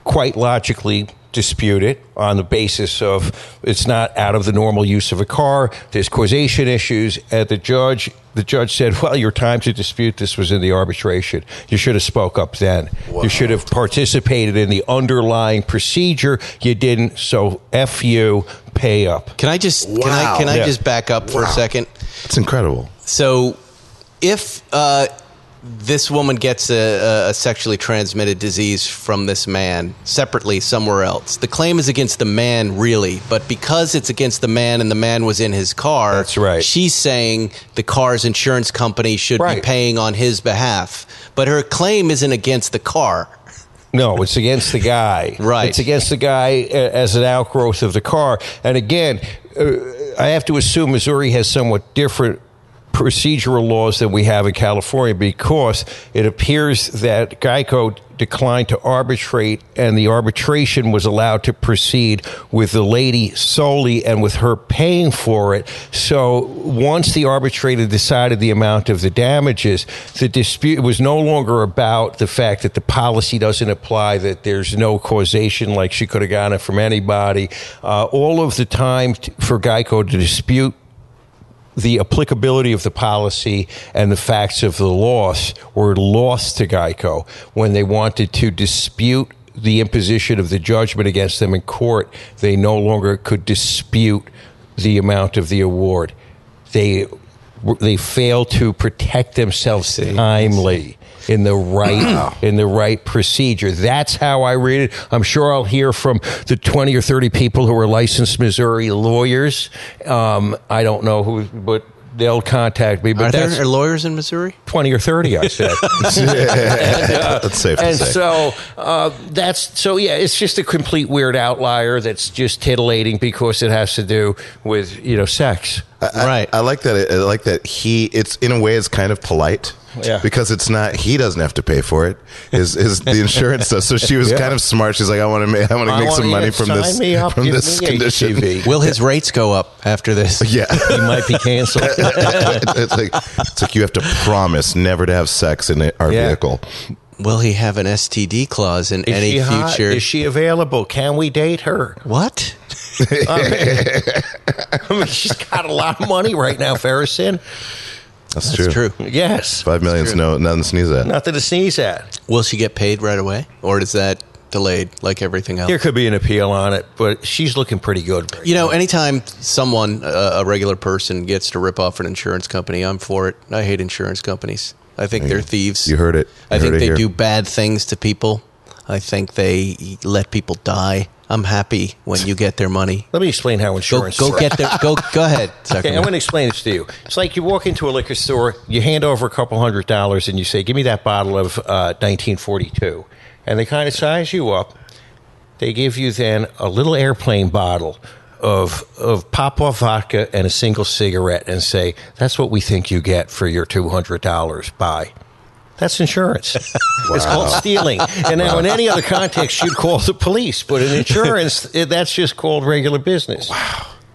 [SPEAKER 6] quite logically dispute it on the basis of it's not out of the normal use of a car there's causation issues and the judge the judge said well your time to dispute this was in the arbitration you should have spoke up then you should have participated in the underlying procedure you didn't so f you pay up
[SPEAKER 5] Can I just can I
[SPEAKER 4] Wow.
[SPEAKER 5] can I
[SPEAKER 6] Yeah.
[SPEAKER 5] just back up for a second?
[SPEAKER 4] It's incredible.
[SPEAKER 5] So, if uh, this woman gets a, a sexually transmitted disease from this man separately somewhere else, the claim is against the man, really. But because it's against the man and the man was in his car,
[SPEAKER 6] That's right.
[SPEAKER 5] She's saying the car's insurance company should be
[SPEAKER 6] Right.
[SPEAKER 5] paying on his behalf, but her claim isn't against the car.
[SPEAKER 6] No, it's against the guy.
[SPEAKER 5] Right.
[SPEAKER 6] It's against the guy uh, as an outgrowth of the car. And again, uh, I have to assume Missouri has somewhat different procedural laws than we have in California because it appears that Geico declined to arbitrate and the arbitration was allowed to proceed with the lady solely and with her paying for it. So once the arbitrator decided the amount of the damages, the dispute was no longer about the fact that the policy doesn't apply, that there's no causation, like she could have gotten it from anybody. Uh, all of the time t- for Geico to dispute the applicability of the policy and the facts of the loss were lost to Geico when they wanted to dispute the imposition of the judgment against them in court. They no longer could dispute the amount of the award. They they failed to protect themselves timely in the right in the right procedure. That's how I read it. I'm sure I'll hear from the 20 or 30 people who are licensed Missouri lawyers. Um, I don't know who, but they'll contact me. But
[SPEAKER 5] Are
[SPEAKER 6] that's
[SPEAKER 5] there lawyers in Missouri?
[SPEAKER 6] 20 or 30. I said.
[SPEAKER 4] That's safe to
[SPEAKER 6] and
[SPEAKER 4] say.
[SPEAKER 6] so uh, that's so yeah it's just a complete weird outlier that's just titillating because it has to do with you know sex
[SPEAKER 4] I-
[SPEAKER 5] right.
[SPEAKER 4] I like that. I like that he. It's in a way, it's kind of polite.
[SPEAKER 6] Yeah.
[SPEAKER 4] Because it's not. He doesn't have to pay for it. Is is the insurance does? So she was
[SPEAKER 6] Yeah.
[SPEAKER 4] kind of smart. She's like, I want to make. I want to
[SPEAKER 6] I
[SPEAKER 4] make
[SPEAKER 6] wanna-
[SPEAKER 4] some
[SPEAKER 6] yeah,
[SPEAKER 4] money from
[SPEAKER 6] sign
[SPEAKER 4] this.
[SPEAKER 6] me up,
[SPEAKER 4] From
[SPEAKER 6] give
[SPEAKER 4] this
[SPEAKER 6] me
[SPEAKER 4] condition.
[SPEAKER 6] HGV.
[SPEAKER 5] Will his rates go up after this?
[SPEAKER 4] Yeah.
[SPEAKER 6] he might be canceled
[SPEAKER 4] it's like it's like you have to promise never to have sex in our
[SPEAKER 6] Yeah.
[SPEAKER 4] vehicle.
[SPEAKER 5] Will he have an STD clause in
[SPEAKER 6] Is
[SPEAKER 5] any
[SPEAKER 6] she
[SPEAKER 5] future?
[SPEAKER 6] hot? Is she available? Can we date her?
[SPEAKER 5] what?
[SPEAKER 6] I mean, she's got a lot of money right now, Ferrison.
[SPEAKER 4] That's,
[SPEAKER 5] That's true.
[SPEAKER 6] Yes.
[SPEAKER 4] Five million's no nothing to sneeze at.
[SPEAKER 6] Nothing to sneeze at.
[SPEAKER 5] Will she get paid right away, or is that delayed like everything else?
[SPEAKER 6] There could be an appeal on it, but she's looking pretty good.
[SPEAKER 5] you know, anytime someone, uh, a regular person, gets to rip off an insurance company, I'm for it. I hate insurance companies. I think they're thieves.
[SPEAKER 4] You heard it.
[SPEAKER 5] I
[SPEAKER 4] You
[SPEAKER 5] think
[SPEAKER 4] heard it
[SPEAKER 5] they
[SPEAKER 4] here.
[SPEAKER 5] do bad things to people. I think they let people die. I'm happy when you get their money.
[SPEAKER 6] Let me explain how
[SPEAKER 5] Go,
[SPEAKER 6] insurance
[SPEAKER 5] go
[SPEAKER 6] works.
[SPEAKER 5] get their. Go, go ahead.
[SPEAKER 6] Okay,
[SPEAKER 5] Zuckerman.
[SPEAKER 6] I'm going to explain this to you. It's like you walk into a liquor store, you hand over a couple hundred dollars, and you say, "Give me that bottle of uh, 1942," and they kind of size you up. They give you then a little airplane bottle of of Papua vodka and a single cigarette, and say, "That's what we think you get for your two hundred dollars." Buy. That's insurance. It's called stealing. And now, in any other context, you'd call the police, but in insurance, it- that's just called regular business.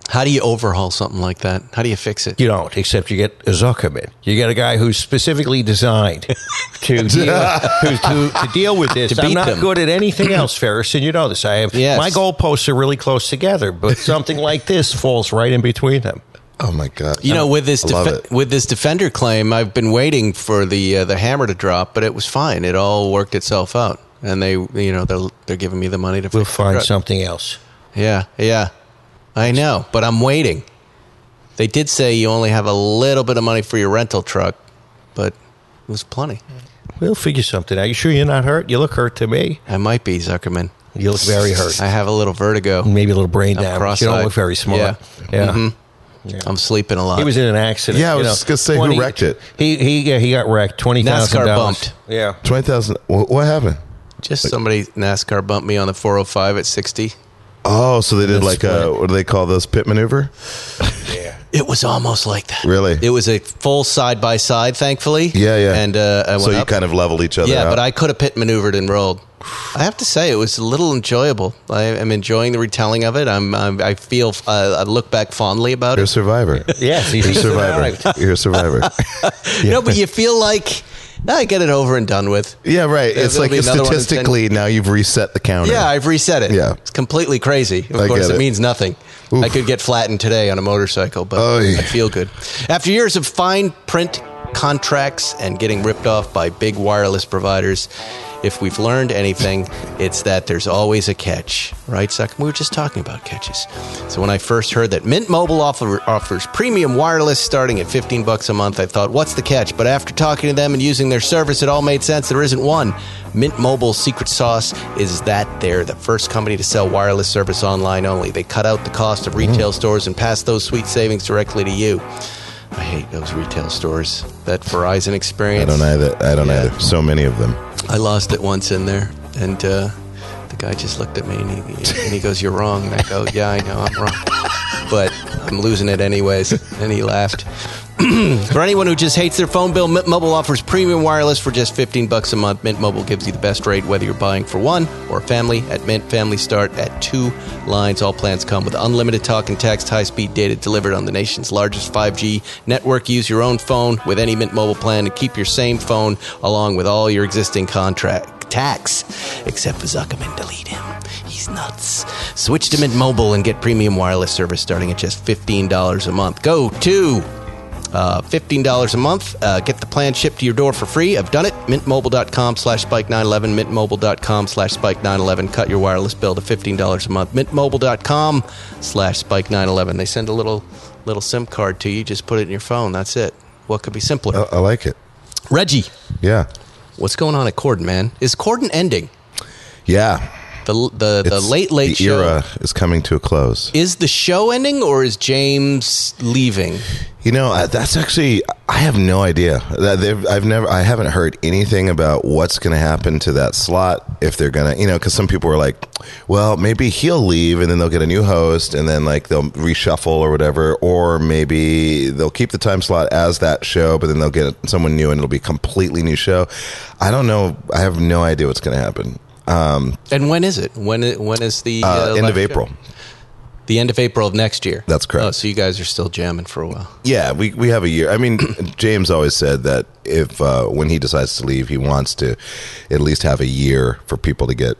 [SPEAKER 5] How do you overhaul something like that? How do you fix it?
[SPEAKER 6] You don't, except you get a Zuckerman. You get a guy who's specifically designed to deal, who- to, to deal with this.
[SPEAKER 5] To beat
[SPEAKER 6] I'm not
[SPEAKER 5] them.
[SPEAKER 6] good at anything else, Ferris, and you know this. I have
[SPEAKER 5] Yes.
[SPEAKER 6] my goalposts are really close together, but something like this falls right in between them.
[SPEAKER 4] Oh my god!
[SPEAKER 5] You know, with this
[SPEAKER 4] I love
[SPEAKER 5] defe-
[SPEAKER 4] it.
[SPEAKER 5] with this defender claim, I've been waiting for the uh, the hammer to drop, but it was fine. It all worked itself out, and they, you know, they're they're giving me the money to
[SPEAKER 6] We'll
[SPEAKER 5] fix the
[SPEAKER 6] find
[SPEAKER 5] truck.
[SPEAKER 6] something else.
[SPEAKER 5] Yeah, yeah, I know, but I'm waiting. They did say you only have a little bit of money for your rental truck, but it was plenty.
[SPEAKER 6] We'll figure something out. You sure you're not hurt? You look hurt to me.
[SPEAKER 5] I might be Zuckerman.
[SPEAKER 6] You look very hurt.
[SPEAKER 5] I have a little vertigo.
[SPEAKER 6] Maybe a little brain
[SPEAKER 5] I'm
[SPEAKER 6] damage. You don't
[SPEAKER 5] cross-eyed.
[SPEAKER 6] look very smart.
[SPEAKER 5] Yeah.
[SPEAKER 6] Yeah.
[SPEAKER 5] Mhm. I'm sleeping a lot.
[SPEAKER 6] He was in an accident.
[SPEAKER 4] Yeah, I
[SPEAKER 6] you
[SPEAKER 4] was
[SPEAKER 6] know.
[SPEAKER 4] just gonna say who wrecked it.
[SPEAKER 6] He he yeah, he got wrecked. Twenty thousand
[SPEAKER 5] NASCAR
[SPEAKER 6] dollars.
[SPEAKER 5] bumped.
[SPEAKER 6] Yeah.
[SPEAKER 4] twenty thousand. What, what happened?
[SPEAKER 5] Just somebody NASCAR bumped me on the 405 at 60.
[SPEAKER 4] Oh, so they did
[SPEAKER 6] That's
[SPEAKER 4] like a
[SPEAKER 6] right.
[SPEAKER 4] what do they call those pit maneuver?
[SPEAKER 5] It was almost like that.
[SPEAKER 4] Really?
[SPEAKER 5] It was a full side by side, thankfully.
[SPEAKER 4] Yeah, yeah.
[SPEAKER 5] And uh, I went
[SPEAKER 4] so you
[SPEAKER 5] up.
[SPEAKER 4] kind of leveled each other.
[SPEAKER 5] yeah,
[SPEAKER 4] out.
[SPEAKER 5] but I could have pit maneuvered and rolled. I have to say, it was a little enjoyable. I am enjoying the retelling of it. I'm, I'm I feel uh, I look back fondly about
[SPEAKER 4] you're a
[SPEAKER 5] it.
[SPEAKER 4] survivor.
[SPEAKER 6] Yes,
[SPEAKER 4] You're
[SPEAKER 6] he's
[SPEAKER 4] a
[SPEAKER 6] he's
[SPEAKER 4] survivor.
[SPEAKER 6] survived.
[SPEAKER 4] You're a survivor.
[SPEAKER 5] No, but you feel like now I get it over and done with.
[SPEAKER 4] Yeah, right.
[SPEAKER 5] There-
[SPEAKER 4] it's
[SPEAKER 5] there'll
[SPEAKER 4] like
[SPEAKER 5] be another one in ten-
[SPEAKER 4] statistically now you've reset the counter.
[SPEAKER 5] Yeah, I've reset it.
[SPEAKER 4] Yeah.
[SPEAKER 5] It's completely crazy. Of
[SPEAKER 4] I
[SPEAKER 5] course,
[SPEAKER 4] get
[SPEAKER 5] it.
[SPEAKER 4] it.
[SPEAKER 5] means nothing. I could get flattened today on a motorcycle, but
[SPEAKER 4] Oh, yeah.
[SPEAKER 5] I feel good. After years of fine print contracts and getting ripped off by big wireless providers, if we've learned anything, it's that there's always a catch, right, Suck? We were just talking about catches. So when I first heard that Mint Mobile offer, offers premium wireless starting at 15 bucks a month, I thought, what's the catch? But after talking to them and using their service, it all made sense. There isn't one. Mint Mobile's secret sauce is that they're the first company to sell wireless service online only. They cut out the cost of retail
[SPEAKER 4] Hmm.
[SPEAKER 5] stores and pass those sweet savings directly to you. I hate those retail stores. That Verizon
[SPEAKER 4] I
[SPEAKER 5] experience.
[SPEAKER 4] don't either. I don't
[SPEAKER 5] Yeah.
[SPEAKER 4] either. So many of them.
[SPEAKER 5] I lost it once in there, and uh, the guy just looked at me and he, and he goes, "You're wrong." And I go, "Yeah, I know, I'm wrong, but I'm losing it anyways." And he laughed. for anyone who just hates their phone bill, Mint Mobile offers premium wireless for just 15 bucks a month. Mint Mobile gives you the best rate whether you're buying for one or a family. At Mint, family start at two lines. All plans come with unlimited talk and text, high-speed data delivered on the nation's largest 5G network. Use your own phone with any Mint Mobile plan and keep your same phone along with all your existing contract tax, except for Zuckerman. Delete him. He's nuts. Switch to Mint Mobile and get premium wireless service starting at just $15 a month. Go to uh, $15 a month. Uh, get the plan shipped to your door for free. I've done it. Mintmobile.com slash spike911. Mintmobile.com slash spike911. Cut your wireless bill to $15 a month. Mintmobile.com slash spike911. They send a little little SIM card to you. Just put it in your phone. That's it. What could be simpler?
[SPEAKER 4] I, I like it.
[SPEAKER 5] Reggie,
[SPEAKER 4] Yeah.
[SPEAKER 5] what's going on at Corden, man? Is Corden ending?
[SPEAKER 4] Yeah.
[SPEAKER 5] The, the, the
[SPEAKER 4] It's-
[SPEAKER 5] late, late
[SPEAKER 4] the
[SPEAKER 5] show.
[SPEAKER 4] era is coming to a close.
[SPEAKER 5] Is the show ending or is James leaving?
[SPEAKER 4] You know, uh, that's actually I have no idea. That they've- I've never I haven't heard anything about what's going to happen to that slot if they're going to, you know, cuz some people are like, well, maybe he'll leave and then they'll get a new host and then like they'll reshuffle or whatever or maybe they'll keep the time slot as that show but then they'll get someone new and it'll be a completely new show. I don't know. I have no idea what's going to happen. Um,
[SPEAKER 5] And when is it? When, i- when is the
[SPEAKER 4] Uh,
[SPEAKER 5] uh,
[SPEAKER 4] end
[SPEAKER 5] last
[SPEAKER 4] of
[SPEAKER 5] show?
[SPEAKER 4] April.
[SPEAKER 5] The end of April of next year.
[SPEAKER 4] That's correct.
[SPEAKER 5] Oh, so you guys are still jamming for a while.
[SPEAKER 4] Yeah, we, we have a year. I mean, James always said that if uh, when he decides to leave, he wants to at least have a year for people to get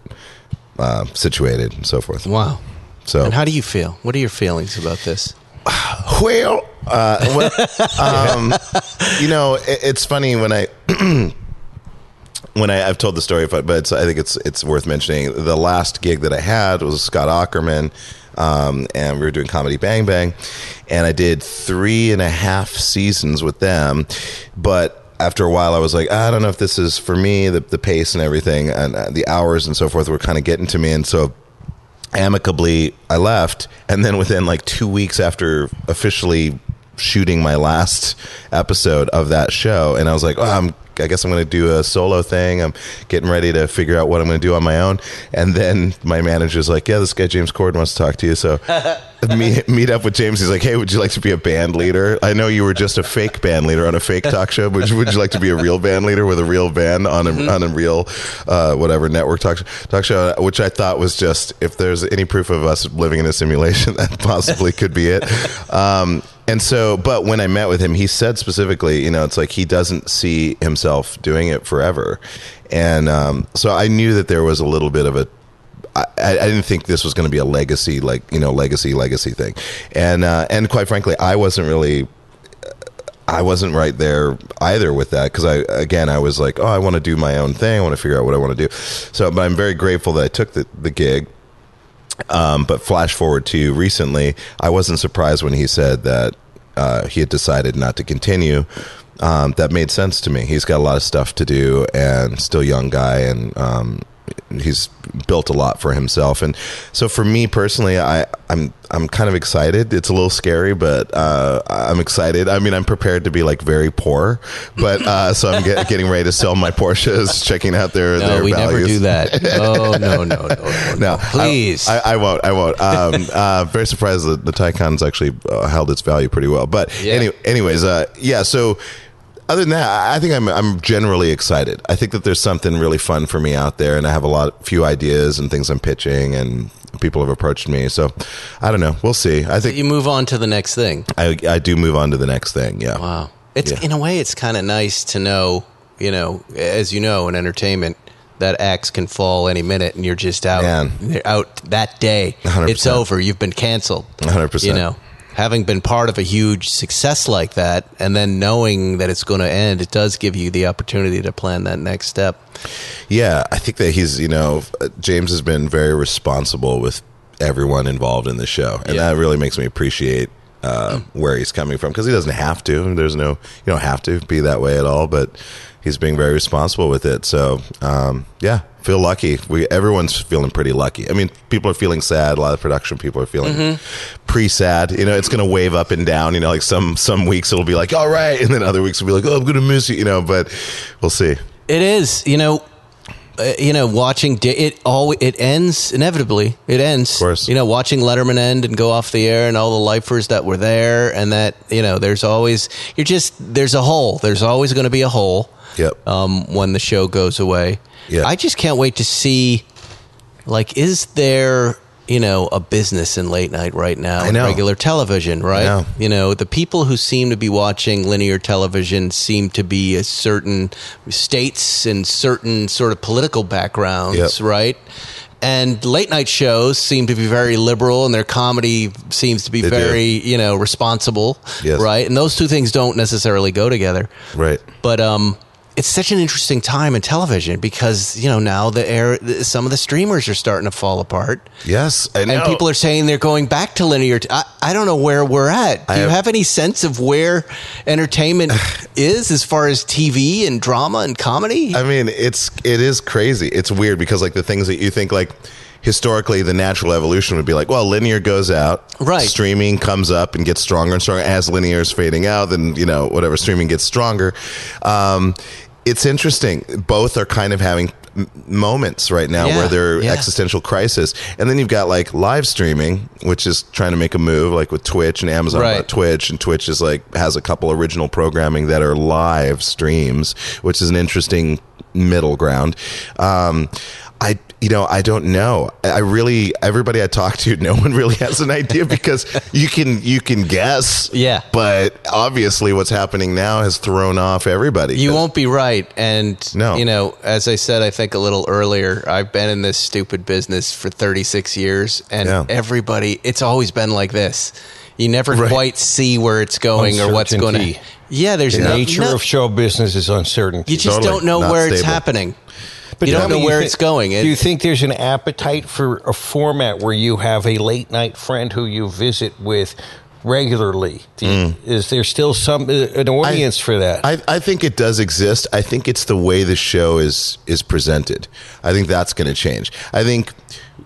[SPEAKER 4] uh, situated and so forth.
[SPEAKER 5] Wow.
[SPEAKER 4] So
[SPEAKER 5] And how do you feel? What are your feelings about this?
[SPEAKER 4] well, uh, well um, you know, it, it's funny when I when I, I've told the story, but but it's, I think it's it's worth mentioning. The last gig that I had was Scott Ackerman, um, and we were doing Comedy Bang Bang, and I did three and a half seasons with them, but. After a while, I was like, "Ah, I don't know if this is for me, the, the pace and everything, and uh, the hours and so forth were kind of getting to me. And so amicably I left and then within like 2 weeks after officially shooting my last episode of that show and I was like oh, I'm I guess I'm going to do a solo thing. I'm getting ready to figure out what I'm going to do on my own. And then my manager's like, "Yeah, this guy James Corden wants to talk to you." So meet, meet up with James. He's like, "Hey, would you like to be a band leader? I know you were just a fake band leader on a fake talk show, but would you like to be a real band leader with a real band on a on a real uh, whatever network talk talk show?" Which I thought was just if there's any proof of us living in a simulation, that possibly could be it. Um, and so, but when I met with him, he said specifically, you know, it's like he doesn't see himself doing it forever, and um, so I knew that there was a little bit of a I, I didn't think this was going to be a legacy, like you know, legacy, legacy thing, and uh, and quite frankly, I wasn't really uh, I wasn't right there either with that because I again I was like, oh, I want to do my own thing. I want to figure out what I want to do. So, but I'm very grateful that I took the, the gig. Um, but flash forward to recently, I wasn't surprised when he said that uh, he had decided not to continue. Um, that made sense to me. He's got a lot of stuff to do and still young guy and um, he's built a lot for himself. And so for me personally, I, I'm I'm kind of excited. It's a little scary, but uh, I'm excited. I mean, I'm prepared to be like very poor, but uh, so I'm get, getting ready to sell my Porsches, checking out their
[SPEAKER 5] No,
[SPEAKER 4] their
[SPEAKER 5] we
[SPEAKER 4] values.
[SPEAKER 5] never do that. Oh no, no, no, no,
[SPEAKER 4] No,
[SPEAKER 5] no.
[SPEAKER 4] I-
[SPEAKER 5] Please.
[SPEAKER 4] I, I, won't. I won't. Um, uh, very surprised that the Tycon's actually uh, held its value pretty well. But
[SPEAKER 5] Yeah.
[SPEAKER 4] any, anyways, uh, yeah. So other than that, I- I think I'm I'm generally excited. I think that there's something really fun for me out there, and I have a lot, few ideas and things I'm pitching, and people have approached me. So I don't know. We'll see. I
[SPEAKER 5] you
[SPEAKER 4] think
[SPEAKER 5] move on to the next thing.
[SPEAKER 4] I I do move on to the next thing. Yeah.
[SPEAKER 5] Wow. It's
[SPEAKER 4] Yeah.
[SPEAKER 5] in a way, it's kind of nice to know, you know, as you know, in entertainment, that axe can fall any minute, and you're just out,
[SPEAKER 4] Man.
[SPEAKER 5] you're out that day.
[SPEAKER 4] 100%.
[SPEAKER 5] It's over. You've been canceled.
[SPEAKER 4] 100%.
[SPEAKER 5] You know, having been part of a huge success like that, and then knowing that it's going to end, it does give you the opportunity to plan that next step.
[SPEAKER 4] Yeah, I think that he's, you know, uh, James has been very responsible with everyone involved in the show, and
[SPEAKER 5] Yeah.
[SPEAKER 4] that really makes me appreciate uh, where he's coming from because he doesn't have to. There's no, you don't have to be that way at all, but he's being very responsible with it. So, um, yeah, feel lucky. We everyone's feeling pretty lucky. I mean, people are feeling sad. A lot of production people are feeling pre-sad. You know, it's going to wave up and down. You know, like some some weeks it'll be like all right, and then other weeks will be like oh I'm going to miss you. You know, but we'll see.
[SPEAKER 5] It is, you know, uh, you know, watching di- it all. It ends inevitably. It ends. Of
[SPEAKER 4] course.
[SPEAKER 5] You know, watching Letterman end and go off the air, and all the lifers that were there, and that you know, there's always you're just there's a hole. There's always going to be a hole.
[SPEAKER 4] Yep.
[SPEAKER 5] Um, when the show goes away.
[SPEAKER 4] Yeah.
[SPEAKER 5] I just can't wait to see. Like, is there you know a business in late night right now? in
[SPEAKER 4] know.
[SPEAKER 5] Regular television, right?
[SPEAKER 4] know.
[SPEAKER 5] You know, the people who seem to be watching linear television seem to be a certain states and certain sort of political backgrounds,
[SPEAKER 4] Yep.
[SPEAKER 5] right? And late night shows seem to be very liberal, and their comedy seems to be
[SPEAKER 4] They do.
[SPEAKER 5] very, you know, responsible,
[SPEAKER 4] Yes.
[SPEAKER 5] right? And those two things don't necessarily go together,
[SPEAKER 4] Right.
[SPEAKER 5] but um it's such an interesting time in television because you know now the air the- some of the streamers are starting to fall apart
[SPEAKER 4] Yes, I know.
[SPEAKER 5] and people are saying they're going back to linear t- I, I don't know where we're at do
[SPEAKER 4] I
[SPEAKER 5] you
[SPEAKER 4] have-
[SPEAKER 5] have, any sense of where entertainment is as far as tv and drama and comedy
[SPEAKER 4] I mean, it's it is crazy. It's weird because like the things that you think like historically the natural evolution would be like, well, linear goes out,
[SPEAKER 5] Right.
[SPEAKER 4] Streaming comes up and gets stronger and stronger as linear is fading out. Then you know whatever streaming gets stronger. Um, it's interesting. Both are kind of having m- moments right now
[SPEAKER 5] Yeah,
[SPEAKER 4] where they're
[SPEAKER 5] yeah.
[SPEAKER 4] existential crisis, and then you've got like live streaming, which is trying to make a move, like with Twitch and Amazon.
[SPEAKER 5] Right.
[SPEAKER 4] bought Twitch, and Twitch is like has a couple original programming that are live streams, which is an interesting middle ground. Um, I you know I don't know. I I really everybody I talk to, no one really has an idea because you can you can guess,
[SPEAKER 5] Yeah.
[SPEAKER 4] But obviously, what's happening now has thrown off everybody.
[SPEAKER 5] you won't be right and
[SPEAKER 4] No.
[SPEAKER 5] you know as i said i think a little earlier i've been in this stupid business for 36 years and
[SPEAKER 4] Yeah.
[SPEAKER 5] everybody it's always been like this you never
[SPEAKER 4] Right.
[SPEAKER 5] quite see where it's going or what's going to
[SPEAKER 6] Uncertainty.
[SPEAKER 5] yeah there's
[SPEAKER 6] The
[SPEAKER 5] no-
[SPEAKER 6] nature
[SPEAKER 5] no-
[SPEAKER 6] of show business is uncertain.
[SPEAKER 5] You just
[SPEAKER 4] Totally
[SPEAKER 5] don't know
[SPEAKER 4] not
[SPEAKER 5] where it's
[SPEAKER 4] stable.
[SPEAKER 5] happening.
[SPEAKER 6] But
[SPEAKER 5] you
[SPEAKER 6] tell
[SPEAKER 5] don't
[SPEAKER 6] me,
[SPEAKER 5] know where
[SPEAKER 6] thi-
[SPEAKER 5] it's going. It-
[SPEAKER 6] do you think there's an appetite for a format where you have a late night friend who you visit with regularly? Do you- Is there still some uh, an audience for that?
[SPEAKER 4] Mm. I, I think it does exist. I think it's the way the show is is presented. I think that's going to change. I think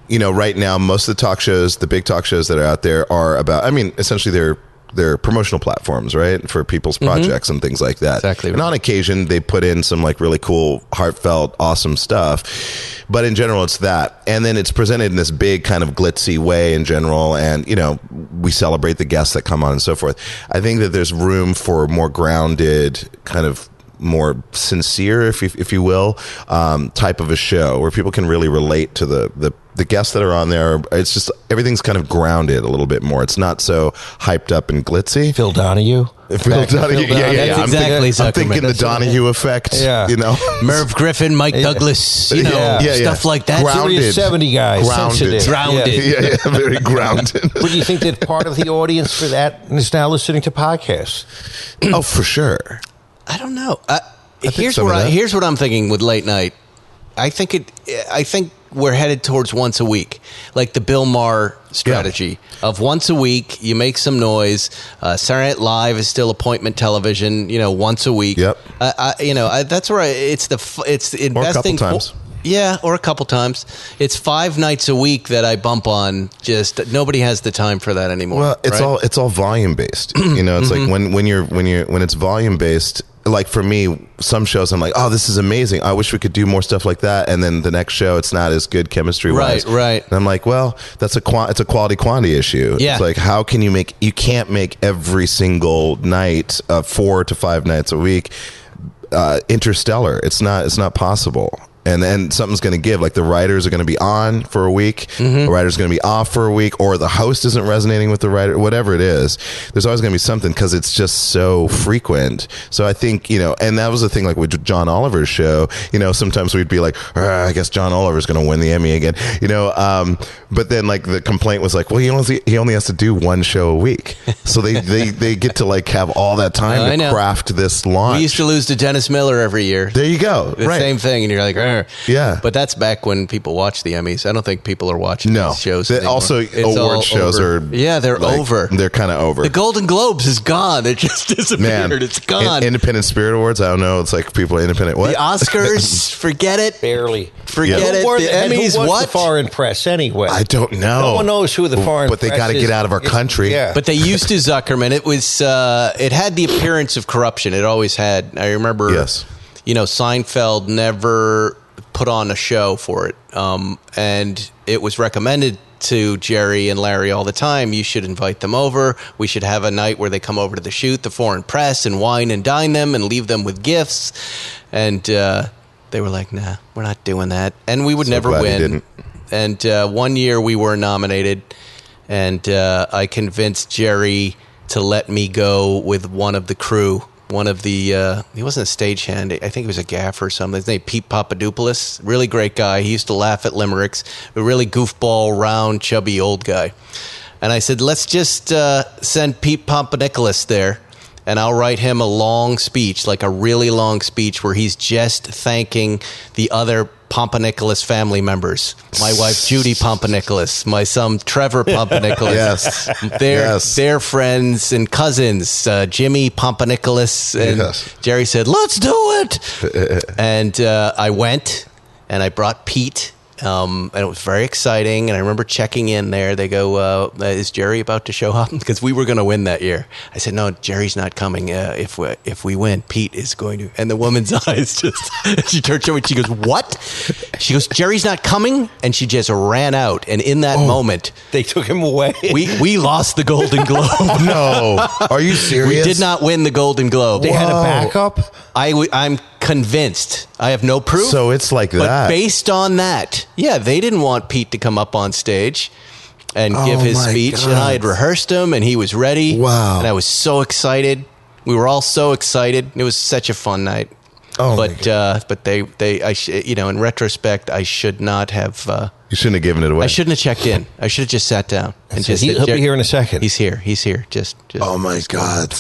[SPEAKER 4] you know right now most of the talk shows, the big talk shows that are out there are about I mean essentially they're they're promotional platforms, right? For people's projects and things like that.
[SPEAKER 5] Mm-hmm. Exactly
[SPEAKER 4] And
[SPEAKER 5] right.
[SPEAKER 4] on occasion they put in some like really cool, heartfelt, awesome stuff. But in general it's that. And then it's presented in this big kind of glitzy way in general and you know, we celebrate the guests that come on and so forth. I think that there's room for more grounded kind of more sincere, if you, if you will, um, type of a show where people can really relate to the, the the guests that are on there. It's just everything's kind of grounded a little bit more. It's not so hyped up and glitzy.
[SPEAKER 6] Phil Donahue.
[SPEAKER 4] Phil
[SPEAKER 6] back to
[SPEAKER 4] Donahue. Yeah, yeah,
[SPEAKER 6] Phil Donahue.
[SPEAKER 4] yeah.
[SPEAKER 5] That's exactly
[SPEAKER 4] I'm thinking, I'm
[SPEAKER 5] Zuckerman.
[SPEAKER 4] thinking the
[SPEAKER 5] That's what it
[SPEAKER 4] Donahue effect.
[SPEAKER 6] Yeah.
[SPEAKER 4] You know?
[SPEAKER 5] Merv Griffin, Mike Douglas, you know,
[SPEAKER 4] Yeah, yeah, yeah.
[SPEAKER 5] stuff like that.
[SPEAKER 4] Ground-
[SPEAKER 6] Serious
[SPEAKER 4] grounded.
[SPEAKER 6] 70 guys.
[SPEAKER 4] Grounded.
[SPEAKER 6] sensitive.
[SPEAKER 5] Grounded.
[SPEAKER 6] Yeah.
[SPEAKER 4] yeah, yeah. Very grounded.
[SPEAKER 6] But do you think that part of the audience for that is now listening to podcasts?
[SPEAKER 4] oh, for sure.
[SPEAKER 5] I don't know. Uh,
[SPEAKER 4] think
[SPEAKER 5] here's
[SPEAKER 4] some
[SPEAKER 5] where
[SPEAKER 4] of
[SPEAKER 5] I,
[SPEAKER 4] that.
[SPEAKER 5] here's what I'm thinking with late night. I think it. I think we're headed towards once a week, like the Bill Maher strategy of once a week. You make some noise. Uh, Saturday Night Live is still appointment television. You know, once a week.
[SPEAKER 4] Yep.
[SPEAKER 5] Uh, I, you know, I, that's where I, it's the f- it's
[SPEAKER 4] couple
[SPEAKER 5] investing fo-
[SPEAKER 4] times.
[SPEAKER 5] yeah, or a couple times. It's five nights a week that I bump on. Just nobody has the time for that anymore.
[SPEAKER 4] Well, it's
[SPEAKER 5] right? Mm-hmm.
[SPEAKER 4] all it's all volume based. you know, it's like when when you're when you're when it's volume based. Like for me, some shows I'm like, oh, this is amazing. I wish we could do more stuff like that. And then the next show, it's not as good chemistry wise.
[SPEAKER 5] Right, right.
[SPEAKER 4] And I'm like, well, that's a qua- it's a quality quantity issue.
[SPEAKER 5] Yeah.
[SPEAKER 4] It's like how can you make you can't make every single night uh, four to five nights a week uh, interstellar. It's not it's not possible. And then something's going to give. Like the writers are going to be on for a week,
[SPEAKER 5] Mm-hmm.
[SPEAKER 4] the writer's going to be off for a week, or the host isn't resonating with the writer. Whatever it is, there's always going to be something because it's just so frequent. So I think you know, and that was the thing. Like with John Oliver's show, you know, sometimes we'd be like, "Ah, I guess John Oliver's going to win the Emmy again, you know. Um, but then like the complaint was like, well, he only he only has to do one show a week, so they they, they get to like have all that time
[SPEAKER 5] I
[SPEAKER 4] to
[SPEAKER 5] know.
[SPEAKER 4] craft this launch.
[SPEAKER 5] We used to lose to Dennis Miller every year.
[SPEAKER 4] There you go.
[SPEAKER 5] the
[SPEAKER 4] right.
[SPEAKER 5] same thing, and you're like, "Arr."
[SPEAKER 4] Yeah.
[SPEAKER 5] But that's back when people watch the Emmys. I don't think people are watching
[SPEAKER 4] no
[SPEAKER 5] these shows.
[SPEAKER 4] They-
[SPEAKER 5] anymore.
[SPEAKER 4] also,
[SPEAKER 5] It's all
[SPEAKER 4] award shows
[SPEAKER 5] over.
[SPEAKER 4] are
[SPEAKER 5] yeah, they're
[SPEAKER 4] like,
[SPEAKER 5] over.
[SPEAKER 4] They're kind of over.
[SPEAKER 5] the Golden Globes is gone. It just disappeared.
[SPEAKER 4] Man,
[SPEAKER 5] it's gone.
[SPEAKER 4] In- independent Spirit Awards. I don't know. It's like people are independent.
[SPEAKER 5] the
[SPEAKER 4] What?
[SPEAKER 5] Oscars, forget it.
[SPEAKER 6] Barely.
[SPEAKER 5] Forget
[SPEAKER 4] Yeah.
[SPEAKER 5] it.
[SPEAKER 6] Who were
[SPEAKER 5] The
[SPEAKER 6] and who
[SPEAKER 5] Emmys,
[SPEAKER 6] was
[SPEAKER 5] what?
[SPEAKER 6] The foreign press, anyway.
[SPEAKER 4] I don't know.
[SPEAKER 6] No one knows who the foreign
[SPEAKER 4] But they
[SPEAKER 6] press
[SPEAKER 4] gotta
[SPEAKER 6] is.
[SPEAKER 4] get out of our
[SPEAKER 6] It's-
[SPEAKER 4] country.
[SPEAKER 6] Yeah.
[SPEAKER 5] But they used to Zuckerman. It was uh, it had the appearance of corruption. It always had. I remember.
[SPEAKER 4] Yes.
[SPEAKER 5] You know, Seinfeld never put on a show for it, um, and it was recommended to Jerry and Larry all the time. You should invite them over. We should have a night where they come over to the shoot, the foreign press, and wine and dine them, and leave them with gifts. And uh, they were like, "Nah, we're not doing that," and we would never
[SPEAKER 4] glad he
[SPEAKER 5] win
[SPEAKER 4] didn't.
[SPEAKER 5] and uh, one year we were nominated, and uh, I convinced Jerry to let me go with one of the crew. One of the uh, he wasn't a stagehand. I think he was a gaffer or something. His name Pete Papadopoulos, really great guy. He used to laugh at limericks. A really goofball, round, chubby old guy. And I said, let's just uh, send Pete Pompanikolas there, and I'll write him a long speech, like a really long speech, where he's just thanking the other Pompanikolas family members. My wife Judy Pompanikolas, my son Trevor Pompanikolas,
[SPEAKER 4] Yes.
[SPEAKER 5] their
[SPEAKER 4] Yes.
[SPEAKER 5] their friends and cousins, uh, Jimmy Pompanikolas, and
[SPEAKER 4] Yes.
[SPEAKER 5] Jerry said, "Let's do it," and uh, I went and I brought Pete. Um, and it was very exciting. And I remember checking in there. They go, uh, "Is Jerry about to show up?" Because we were going to win that year. I said, "No, Jerry's not coming. Uh, if we if we win, Pete is going to." And the woman's eyes just she turned to me. She goes, "What?" She goes, "Jerry's not coming," and she just ran out. And in
[SPEAKER 4] Oh.
[SPEAKER 5] that moment,
[SPEAKER 6] they took him away.
[SPEAKER 5] we we lost the Golden Globe.
[SPEAKER 4] No. Oh, Are you
[SPEAKER 5] we
[SPEAKER 4] serious?
[SPEAKER 5] did not win the Golden Globe.
[SPEAKER 6] they had a
[SPEAKER 4] Whoa.
[SPEAKER 6] backup.
[SPEAKER 5] I w- I'm convinced. I have no proof.
[SPEAKER 4] So it's like
[SPEAKER 5] but
[SPEAKER 4] that.
[SPEAKER 5] based on that, yeah, they didn't want Pete to come up on stage and give
[SPEAKER 4] Oh
[SPEAKER 5] his
[SPEAKER 4] my
[SPEAKER 5] speech.
[SPEAKER 4] God.
[SPEAKER 5] And I had rehearsed him, and he was ready.
[SPEAKER 4] Wow.
[SPEAKER 5] And I was so excited. We were all so excited. It was such a fun night.
[SPEAKER 4] Oh, my
[SPEAKER 5] but uh, but they they I sh- you know in retrospect I should not have uh,
[SPEAKER 4] you shouldn't have given it away.
[SPEAKER 5] I shouldn't have checked in I should have just sat down and
[SPEAKER 6] said,
[SPEAKER 5] just
[SPEAKER 6] "He- he'll be here in a second."
[SPEAKER 5] he's here he's here just, just
[SPEAKER 4] Oh my god.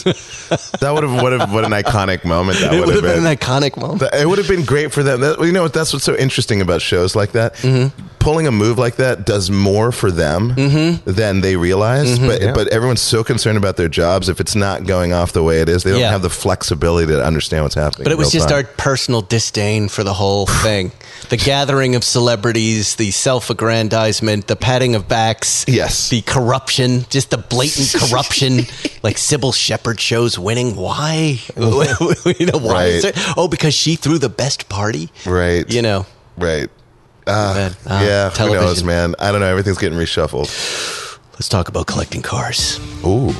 [SPEAKER 4] that would have what, a- what an iconic moment that
[SPEAKER 5] it
[SPEAKER 4] would have been.
[SPEAKER 5] an iconic moment
[SPEAKER 4] But It would have been great for them. That, you know what? That's what's so interesting about shows like that.
[SPEAKER 5] Mm-hmm.
[SPEAKER 4] Pulling a move like that does more for them
[SPEAKER 5] Mm-hmm.
[SPEAKER 4] than they realize. But but everyone's so concerned about their jobs. If it's not going off the way it is, they don't
[SPEAKER 5] Yeah.
[SPEAKER 4] have the flexibility to understand what's happening.
[SPEAKER 5] But it
[SPEAKER 4] in
[SPEAKER 5] was
[SPEAKER 4] real
[SPEAKER 5] just
[SPEAKER 4] time.
[SPEAKER 5] our personal disdain for the whole thing. The gathering of celebrities, the self aggrandizement, the patting of backs.
[SPEAKER 4] Yes.
[SPEAKER 5] The corruption, just the blatant corruption. like Sybil Shepherd shows winning. Why? you know, why is
[SPEAKER 4] Right.
[SPEAKER 5] there? Oh, because she threw the best party.
[SPEAKER 4] Right.
[SPEAKER 5] You know.
[SPEAKER 4] right. Uh,
[SPEAKER 5] Man, ah,
[SPEAKER 4] yeah, who
[SPEAKER 5] television.
[SPEAKER 4] knows, man? I don't know. Everything's getting reshuffled.
[SPEAKER 5] Let's talk about collecting cars.
[SPEAKER 4] Ooh,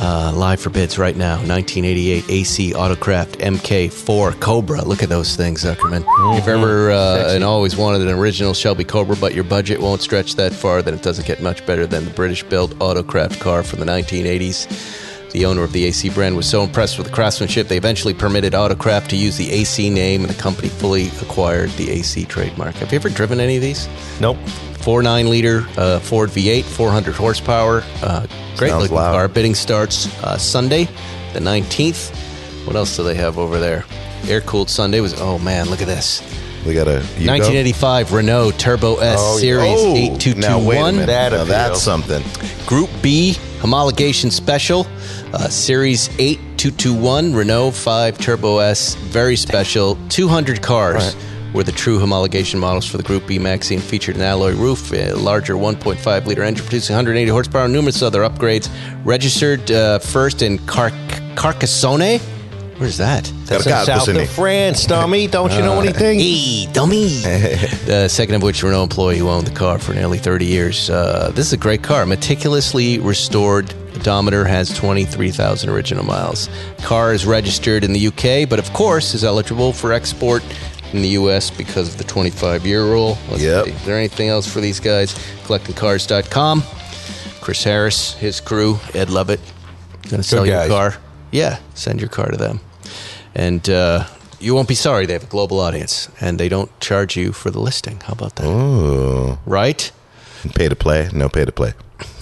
[SPEAKER 5] Uh, live for bids right now. 1988 AC Autocraft MK4 Cobra. Look at those things, Zuckerman. If ever uh, and always wanted an original Shelby Cobra, but your budget won't stretch that far, then it doesn't get much better than the British-built Autocraft car from the 1980s. The owner of the AC brand was so impressed with the craftsmanship, they eventually permitted Autocraft to use the AC name, and the company fully acquired the AC trademark. Have you ever driven any of these?
[SPEAKER 6] Nope.
[SPEAKER 5] Four nine liter uh, Ford V8, 400 horsepower. Uh, great
[SPEAKER 4] Sounds
[SPEAKER 5] looking
[SPEAKER 4] loud.
[SPEAKER 5] car. Bidding starts uh, Sunday, the 19th. What else do they have over there? Air cooled Sunday was, oh man, look at this.
[SPEAKER 4] We got a you go?
[SPEAKER 5] 1985 Renault Turbo S
[SPEAKER 4] Oh, yeah.
[SPEAKER 5] Series
[SPEAKER 4] Oh, Now wait a
[SPEAKER 5] 8221.
[SPEAKER 4] minute.
[SPEAKER 6] That
[SPEAKER 4] now
[SPEAKER 6] appeal.
[SPEAKER 4] that's something.
[SPEAKER 5] Group B homologation special, uh, Series 8221 Renault 5 Turbo S, very special. 200 cars were the true homologation models for the Group B Maxine, featured an alloy roof, a larger 1.5 liter engine producing 180 horsepower, and numerous other upgrades. Registered uh, first in Car- Carcassonne. Where's that?
[SPEAKER 4] Got a
[SPEAKER 6] Some
[SPEAKER 4] God,
[SPEAKER 6] south
[SPEAKER 4] listen
[SPEAKER 6] of
[SPEAKER 4] to me.
[SPEAKER 6] France, dummy. Don't you know anything?
[SPEAKER 5] Hey, dummy. the second of which Renault employee who owned the car for nearly 30 years. Uh, this is a great car. Meticulously restored. Odometer has 23,000 original miles. Car is registered in the UK, but of course is eligible for export in the US because of the 25 year rule. Let's
[SPEAKER 4] Yep.
[SPEAKER 5] see. Is there anything else for these guys? CollectingCars.com. Chris Harris, his crew, Ed Lovett, gonna sell your
[SPEAKER 6] guys.
[SPEAKER 5] car. Yeah, send your car to them, and uh, you won't be sorry. They have a global audience, and they don't charge you for the listing. How about that? Right.
[SPEAKER 4] Pay to play, no pay to play.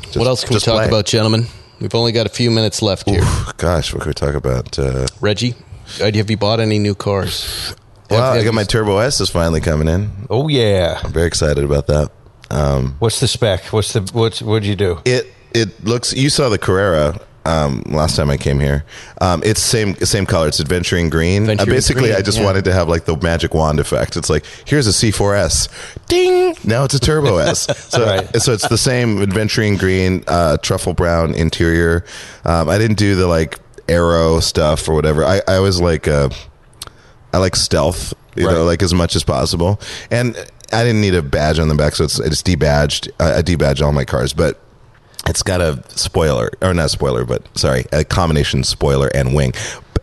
[SPEAKER 4] Just-
[SPEAKER 5] what else can we
[SPEAKER 4] just
[SPEAKER 5] talk
[SPEAKER 4] play.
[SPEAKER 5] about, gentlemen? We've only got a few minutes left here.
[SPEAKER 4] Gosh, what can we talk about? Uh,
[SPEAKER 5] Reggie, uh, have you bought any new cars?
[SPEAKER 4] wow,
[SPEAKER 5] Have-
[SPEAKER 4] I got my Turbo S is finally coming in.
[SPEAKER 6] Oh yeah.
[SPEAKER 4] I'm very excited about that. Um,
[SPEAKER 6] What's the spec? What's the what's what'd you do?
[SPEAKER 4] it it looks. You saw the Carrera um, last time I came here. Um, it's same same color. It's adventuring green. Uh,
[SPEAKER 5] Adventuring
[SPEAKER 4] basically,
[SPEAKER 5] green,
[SPEAKER 4] I just
[SPEAKER 5] yeah.
[SPEAKER 4] wanted to have like the magic wand effect. It's like here's a C4S, ding. Now it's a Turbo S. So
[SPEAKER 6] Right.
[SPEAKER 4] so it's the same adventuring green, uh, truffle brown interior. Um, I didn't do the like arrow stuff or whatever. I I was like. Uh, I like stealth, you know,
[SPEAKER 6] Right.
[SPEAKER 4] like as much as possible. And I didn't need a badge on the back, so it's it's debadged. uh, I, I debadge all my cars, but it's got a spoiler or not spoiler, but sorry, a combination spoiler and wing.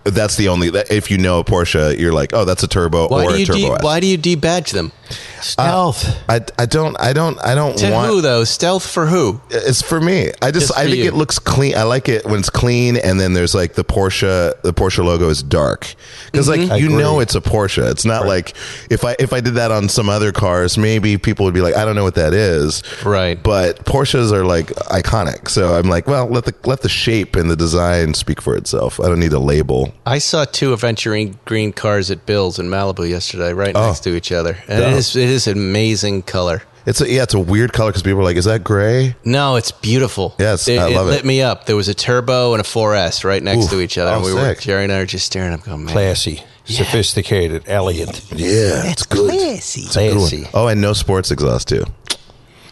[SPEAKER 4] That's the only. that- If you know a Porsche, you're like, oh, that's a turbo
[SPEAKER 5] why
[SPEAKER 4] or
[SPEAKER 5] do
[SPEAKER 4] a
[SPEAKER 5] you
[SPEAKER 4] turbo.
[SPEAKER 5] de-
[SPEAKER 4] S. Uh,
[SPEAKER 5] why do you debadge them?
[SPEAKER 6] Stealth.
[SPEAKER 4] I, I don't I don't I don't
[SPEAKER 5] To
[SPEAKER 4] want
[SPEAKER 5] who though? Stealth for who?
[SPEAKER 4] it's for me. I just,
[SPEAKER 5] Just
[SPEAKER 4] I
[SPEAKER 5] for
[SPEAKER 4] think
[SPEAKER 5] you.
[SPEAKER 4] it looks clean. I like it when it's clean, and then there's like the Porsche. The Porsche logo is dark because
[SPEAKER 6] I
[SPEAKER 5] Mm-hmm.
[SPEAKER 4] like you
[SPEAKER 6] agree.
[SPEAKER 4] know it's a Porsche. It's not like if I if I did that on some other cars, maybe people would be like, I don't know what that is,
[SPEAKER 5] Right.
[SPEAKER 4] But Porsches are like iconic, so I'm like, well, let the let the shape and the design speak for itself. I don't need a label.
[SPEAKER 5] I saw two adventuring green cars at Bill's in Malibu yesterday, right next
[SPEAKER 4] Oh.
[SPEAKER 5] to each other, and it
[SPEAKER 4] Yeah.
[SPEAKER 5] is it is an amazing color.
[SPEAKER 4] It's a, yeah, it's a weird color because people are like, is that gray?
[SPEAKER 5] No, it's beautiful.
[SPEAKER 4] Yes,
[SPEAKER 5] it,
[SPEAKER 4] I love it.
[SPEAKER 5] lit me up. There was a turbo and a 4S right next
[SPEAKER 4] Oof.
[SPEAKER 5] to each other.
[SPEAKER 4] Oh,
[SPEAKER 5] and we were
[SPEAKER 4] sick.
[SPEAKER 5] Jerry and I were just staring. I'm going, man,
[SPEAKER 6] Classy. Sophisticated. Elegant.
[SPEAKER 4] Yeah, it's good.
[SPEAKER 6] Classy.
[SPEAKER 4] Oh, and no sports exhaust too.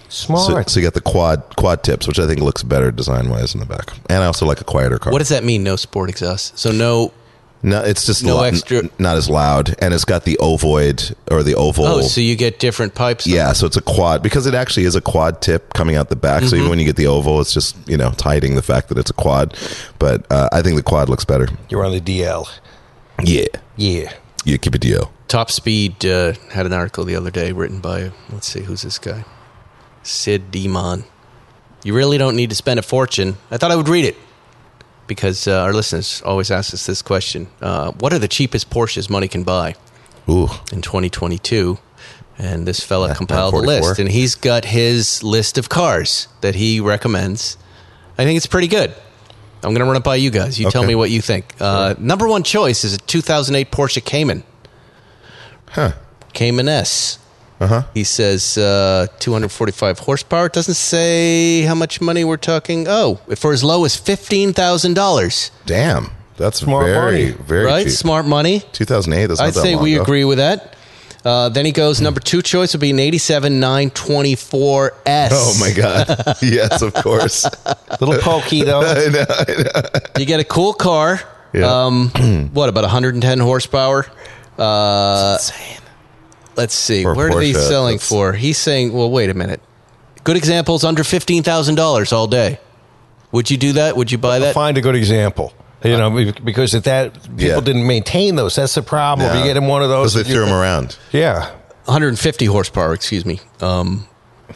[SPEAKER 4] So,
[SPEAKER 6] Smart.
[SPEAKER 4] so you got the quad quad tips, which I think looks better design wise in the back, and I also like a quieter car.
[SPEAKER 5] what does that mean? No sport exhaust. So no.
[SPEAKER 4] no, it's just
[SPEAKER 5] no
[SPEAKER 4] lo-
[SPEAKER 5] extra-
[SPEAKER 4] n- not as loud, and it's got the ovoid or the oval.
[SPEAKER 5] Oh, so you get different pipes. then.
[SPEAKER 4] yeah, so it's a quad because it actually is a quad tip coming out the back.
[SPEAKER 5] Mm-hmm.
[SPEAKER 4] So even when you get the oval, it's just you know it's hiding the fact that it's a quad. But uh, I think the quad looks better.
[SPEAKER 6] You're on the DL.
[SPEAKER 4] Yeah,
[SPEAKER 6] Yeah.
[SPEAKER 4] you keep it DL.
[SPEAKER 5] Top Speed uh, had an article the other day written by let's see who's this guy, Sid Demon. You really don't need to spend a fortune. I thought I would read it because uh, our listeners always ask us this question: uh, What are the cheapest Porsches money can buy?
[SPEAKER 4] Ooh,
[SPEAKER 5] in 2022 and this fella compiled a
[SPEAKER 4] 944.
[SPEAKER 5] list and he's got his list of cars that he recommends i think it's pretty good i'm going to run it by you guys you tell
[SPEAKER 4] Okay.
[SPEAKER 5] me what you think uh, number one choice is a 2008 porsche cayman
[SPEAKER 4] huh?
[SPEAKER 5] cayman s uh-huh. He says uh, 245 horsepower. It doesn't say how much money we're talking. Oh, for as low as fifteen thousand dollars,
[SPEAKER 4] Damn, that's
[SPEAKER 6] Smart
[SPEAKER 4] very
[SPEAKER 6] money.
[SPEAKER 4] very
[SPEAKER 5] right?
[SPEAKER 4] cheap.
[SPEAKER 5] Smart money.
[SPEAKER 4] 2008. That's not
[SPEAKER 5] I'd
[SPEAKER 4] that
[SPEAKER 5] say
[SPEAKER 4] long
[SPEAKER 5] we
[SPEAKER 4] ago.
[SPEAKER 5] agree with that. Uh, then he goes number two choice would be an 87 924 S.
[SPEAKER 4] Oh my god! yes, of course.
[SPEAKER 6] Little pokey though.
[SPEAKER 4] I know.
[SPEAKER 5] You get a cool car.
[SPEAKER 4] Yeah.
[SPEAKER 5] Um, what about 110 horsepower? Uh, let's see.
[SPEAKER 4] For a
[SPEAKER 5] Where are they
[SPEAKER 4] Porsche,
[SPEAKER 5] selling
[SPEAKER 4] that's-
[SPEAKER 5] for? He's saying, well, wait a minute. Good examples under fifteen thousand dollars all day. Would you do that? Would you buy that?
[SPEAKER 6] Find a good example. You know, be- because at that people
[SPEAKER 4] Yeah.
[SPEAKER 6] didn't maintain those. That's the problem.
[SPEAKER 4] Yeah.
[SPEAKER 6] You get him one of those.
[SPEAKER 4] Because they
[SPEAKER 6] you-
[SPEAKER 4] threw him around.
[SPEAKER 6] Yeah.
[SPEAKER 5] 150 horsepower, excuse me. Um,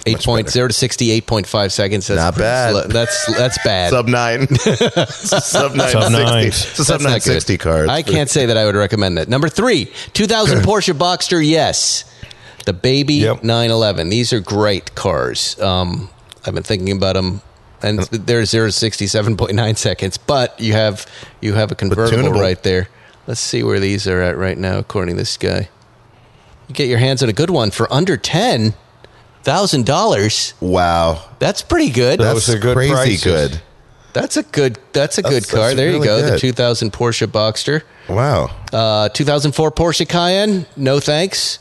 [SPEAKER 5] Eight point zero to sixty, eight point five seconds. That's
[SPEAKER 4] Not
[SPEAKER 5] pretty
[SPEAKER 4] bad.
[SPEAKER 5] slow. That's that's bad.
[SPEAKER 4] Sub nine, sub nine,
[SPEAKER 6] Sub nine.
[SPEAKER 4] 60. It's a sub
[SPEAKER 5] That's
[SPEAKER 4] nine
[SPEAKER 5] not good.
[SPEAKER 4] sixty card.
[SPEAKER 5] I can't say that I would recommend that. Number three, 2000 Porsche Boxster. Yes, the baby
[SPEAKER 6] Yep.
[SPEAKER 5] 911. These are great cars. Um, I've been thinking about them, and they're zero to sixty-seven point nine seconds. But you have you have a convertible
[SPEAKER 4] tunable.
[SPEAKER 5] right there. Let's see where these are at right now, according to this guy. You get your hands on a good one for under ten thousand dollars.
[SPEAKER 4] Wow,
[SPEAKER 5] That's pretty good.
[SPEAKER 4] that's
[SPEAKER 6] are good
[SPEAKER 4] crazy
[SPEAKER 6] prices.
[SPEAKER 4] good.
[SPEAKER 5] That's a good. That's a good
[SPEAKER 4] That's-
[SPEAKER 5] car.
[SPEAKER 4] that's
[SPEAKER 5] there you
[SPEAKER 4] really
[SPEAKER 5] go. The
[SPEAKER 4] good.
[SPEAKER 5] 2000 Porsche Boxster.
[SPEAKER 4] Wow,
[SPEAKER 5] Uh, 2004 Porsche Cayenne. No thanks.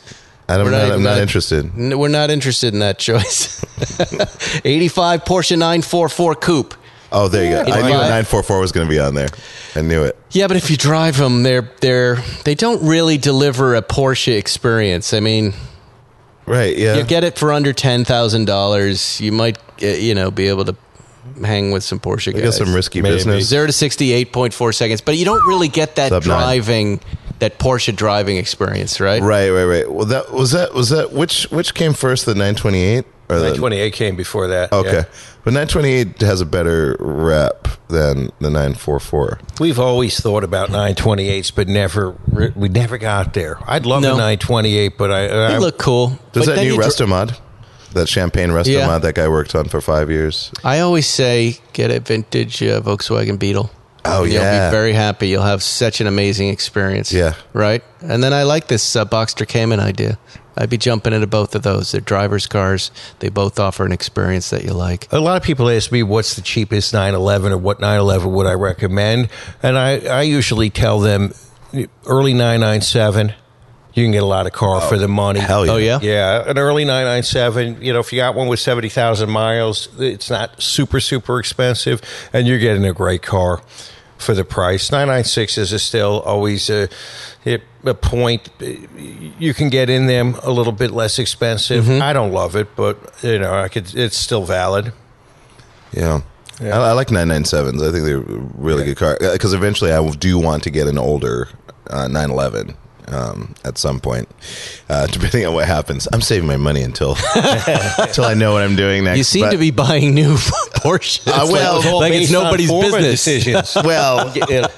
[SPEAKER 4] I'm
[SPEAKER 5] We're
[SPEAKER 4] not,
[SPEAKER 5] even
[SPEAKER 4] I'm not
[SPEAKER 5] gonna-
[SPEAKER 4] interested.
[SPEAKER 5] N- we're not interested in that choice. 85 Porsche 944 Coupe.
[SPEAKER 4] Oh, there you go. I
[SPEAKER 5] Eighty
[SPEAKER 4] knew a
[SPEAKER 5] five.
[SPEAKER 4] nine four four was going to be on there. I knew it.
[SPEAKER 5] Yeah, but if you drive them, they're they're they don't really deliver a Porsche experience. I mean,
[SPEAKER 4] Right? Yeah.
[SPEAKER 5] you get it for under ten thousand dollars. You might uh, you know be able to hang with some Porsche
[SPEAKER 4] I
[SPEAKER 5] guys.
[SPEAKER 4] guess some risky
[SPEAKER 6] Maybe.
[SPEAKER 4] business.
[SPEAKER 5] zero to sixty eight point four seconds, but you don't really get that
[SPEAKER 4] Sub nine.
[SPEAKER 5] driving that Porsche driving experience, right?
[SPEAKER 4] Right, right, right. Well, that was that was that which which came first, the 928 or the
[SPEAKER 6] 928 came before that.
[SPEAKER 4] Okay,
[SPEAKER 6] yeah.
[SPEAKER 4] but 928 has a better rep than the 944.
[SPEAKER 6] We've always thought about 928s, but never re- we never got there. I'd love a
[SPEAKER 5] No.
[SPEAKER 6] 928, but I, uh, I
[SPEAKER 5] They look cool.
[SPEAKER 4] There's
[SPEAKER 5] but
[SPEAKER 4] that
[SPEAKER 5] then
[SPEAKER 4] new
[SPEAKER 5] you dri-
[SPEAKER 4] Restomod, that champagne Restomod
[SPEAKER 5] Yeah.
[SPEAKER 4] that guy worked on for five years.
[SPEAKER 5] I always say get a vintage uh, Volkswagen Beetle.
[SPEAKER 4] Oh,
[SPEAKER 5] You'll
[SPEAKER 4] yeah.
[SPEAKER 5] be very happy. You'll have such an amazing experience.
[SPEAKER 4] Yeah.
[SPEAKER 5] Right? And then I like this uh, Boxster Cayman idea. I'd be jumping into both of those. They're driver's cars. They both offer an experience that you like.
[SPEAKER 6] a lot of people ask me what's the cheapest 911 or what 911 would I recommend, and I, I usually tell them early 997. You can get a lot of car for the money.
[SPEAKER 4] hell yeah.
[SPEAKER 5] Oh, yeah?
[SPEAKER 6] Yeah, an early 997, you know, if you got one with 70,000 miles, it's not super, super expensive, and you're getting a great car for the price. 996 is still always a, a point. You can get in them a little bit less expensive.
[SPEAKER 5] Mm-hmm.
[SPEAKER 6] I don't love it, but, you know, I could. it's still valid.
[SPEAKER 4] Yeah. I, I like 997s. I think they're a really good car because eventually I do want to get an older uh, 911 um, at some point, uh, depending on what happens. I'm saving my money until until I know what I'm doing next.
[SPEAKER 5] You seem
[SPEAKER 4] but-
[SPEAKER 5] to be buying new Porsches.
[SPEAKER 4] Uh, well,
[SPEAKER 5] like, like it's
[SPEAKER 6] Based on
[SPEAKER 5] nobody's
[SPEAKER 6] former
[SPEAKER 5] business.
[SPEAKER 6] Decisions.
[SPEAKER 4] well,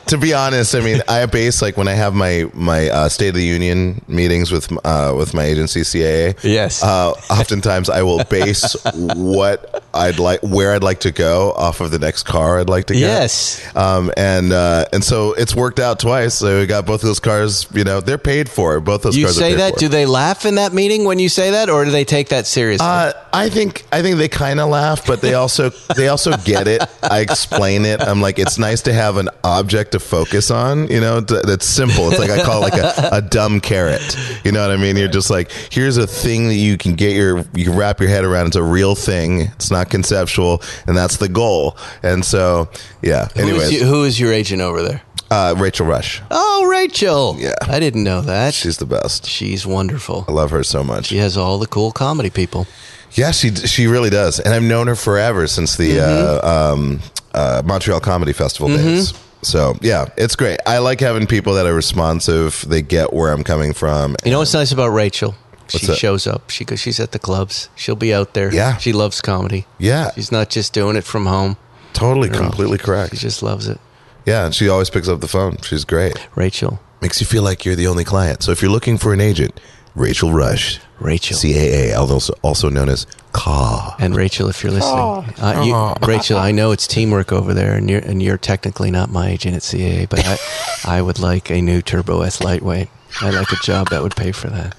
[SPEAKER 4] to be honest, I mean, I base like when I have my my uh, State of the Union meetings with uh, with my agency CAA.
[SPEAKER 5] Yes.
[SPEAKER 4] Uh, oftentimes, I will base what I'd like, where I'd like to go, off of the next car I'd like to get.
[SPEAKER 5] Yes.
[SPEAKER 4] Um, and uh, and so it's worked out twice. So we got both of those cars. You know, they're paid for. Both those
[SPEAKER 5] You
[SPEAKER 4] cars. are
[SPEAKER 5] say
[SPEAKER 4] paid
[SPEAKER 5] that?
[SPEAKER 4] for.
[SPEAKER 5] Do they laugh in that meeting when you say that, or do they take that seriously?
[SPEAKER 4] Uh, I think I think they kind of laugh, but they also they also get it. I explain it. I'm like, it's nice to have an object to focus on. You know, to, that's simple. It's like I call it like a, a dumb carrot. You know what I mean? You're just like, here's a thing that you can get your you can wrap your head around. It's a real thing. It's not conceptual, and that's the goal. And so, yeah.
[SPEAKER 5] Who is
[SPEAKER 4] Anyways,
[SPEAKER 5] you- who is your agent over there?
[SPEAKER 4] uh, Rachel Rush,
[SPEAKER 5] Oh, Rachel.
[SPEAKER 4] Yeah.
[SPEAKER 5] I didn't know that.
[SPEAKER 4] she's the best.
[SPEAKER 5] She's wonderful.
[SPEAKER 4] I love her so much.
[SPEAKER 5] She has all the cool comedy people.
[SPEAKER 4] Yeah, she she really does, and I've known her forever since the
[SPEAKER 5] Mm-hmm.
[SPEAKER 4] uh, um, uh, Montreal Comedy Festival days. So yeah, it's great. I like having people that are responsive. They get where I'm coming from.
[SPEAKER 5] You know what's nice about Rachel? she
[SPEAKER 4] that?
[SPEAKER 5] shows up. She goes, she's at the clubs. She'll be out there.
[SPEAKER 4] Yeah.
[SPEAKER 5] She loves comedy.
[SPEAKER 4] Yeah,
[SPEAKER 5] She's not just doing it from home.
[SPEAKER 4] totally, completely correct.
[SPEAKER 5] She just loves it.
[SPEAKER 4] yeah, and she always picks up the phone. She's great.
[SPEAKER 5] Rachel.
[SPEAKER 4] Makes you feel like you're the only client. So if you're looking for an agent, Rachel Rush,
[SPEAKER 5] Rachel.
[SPEAKER 4] CAA, also also known as CAW.
[SPEAKER 5] and Rachel, if you're listening, uh, you- Rachel, I know it's teamwork over there, and you're and you're technically not my agent at CAA, but I, I would like a new Turbo S lightweight. I like a job that would pay for that.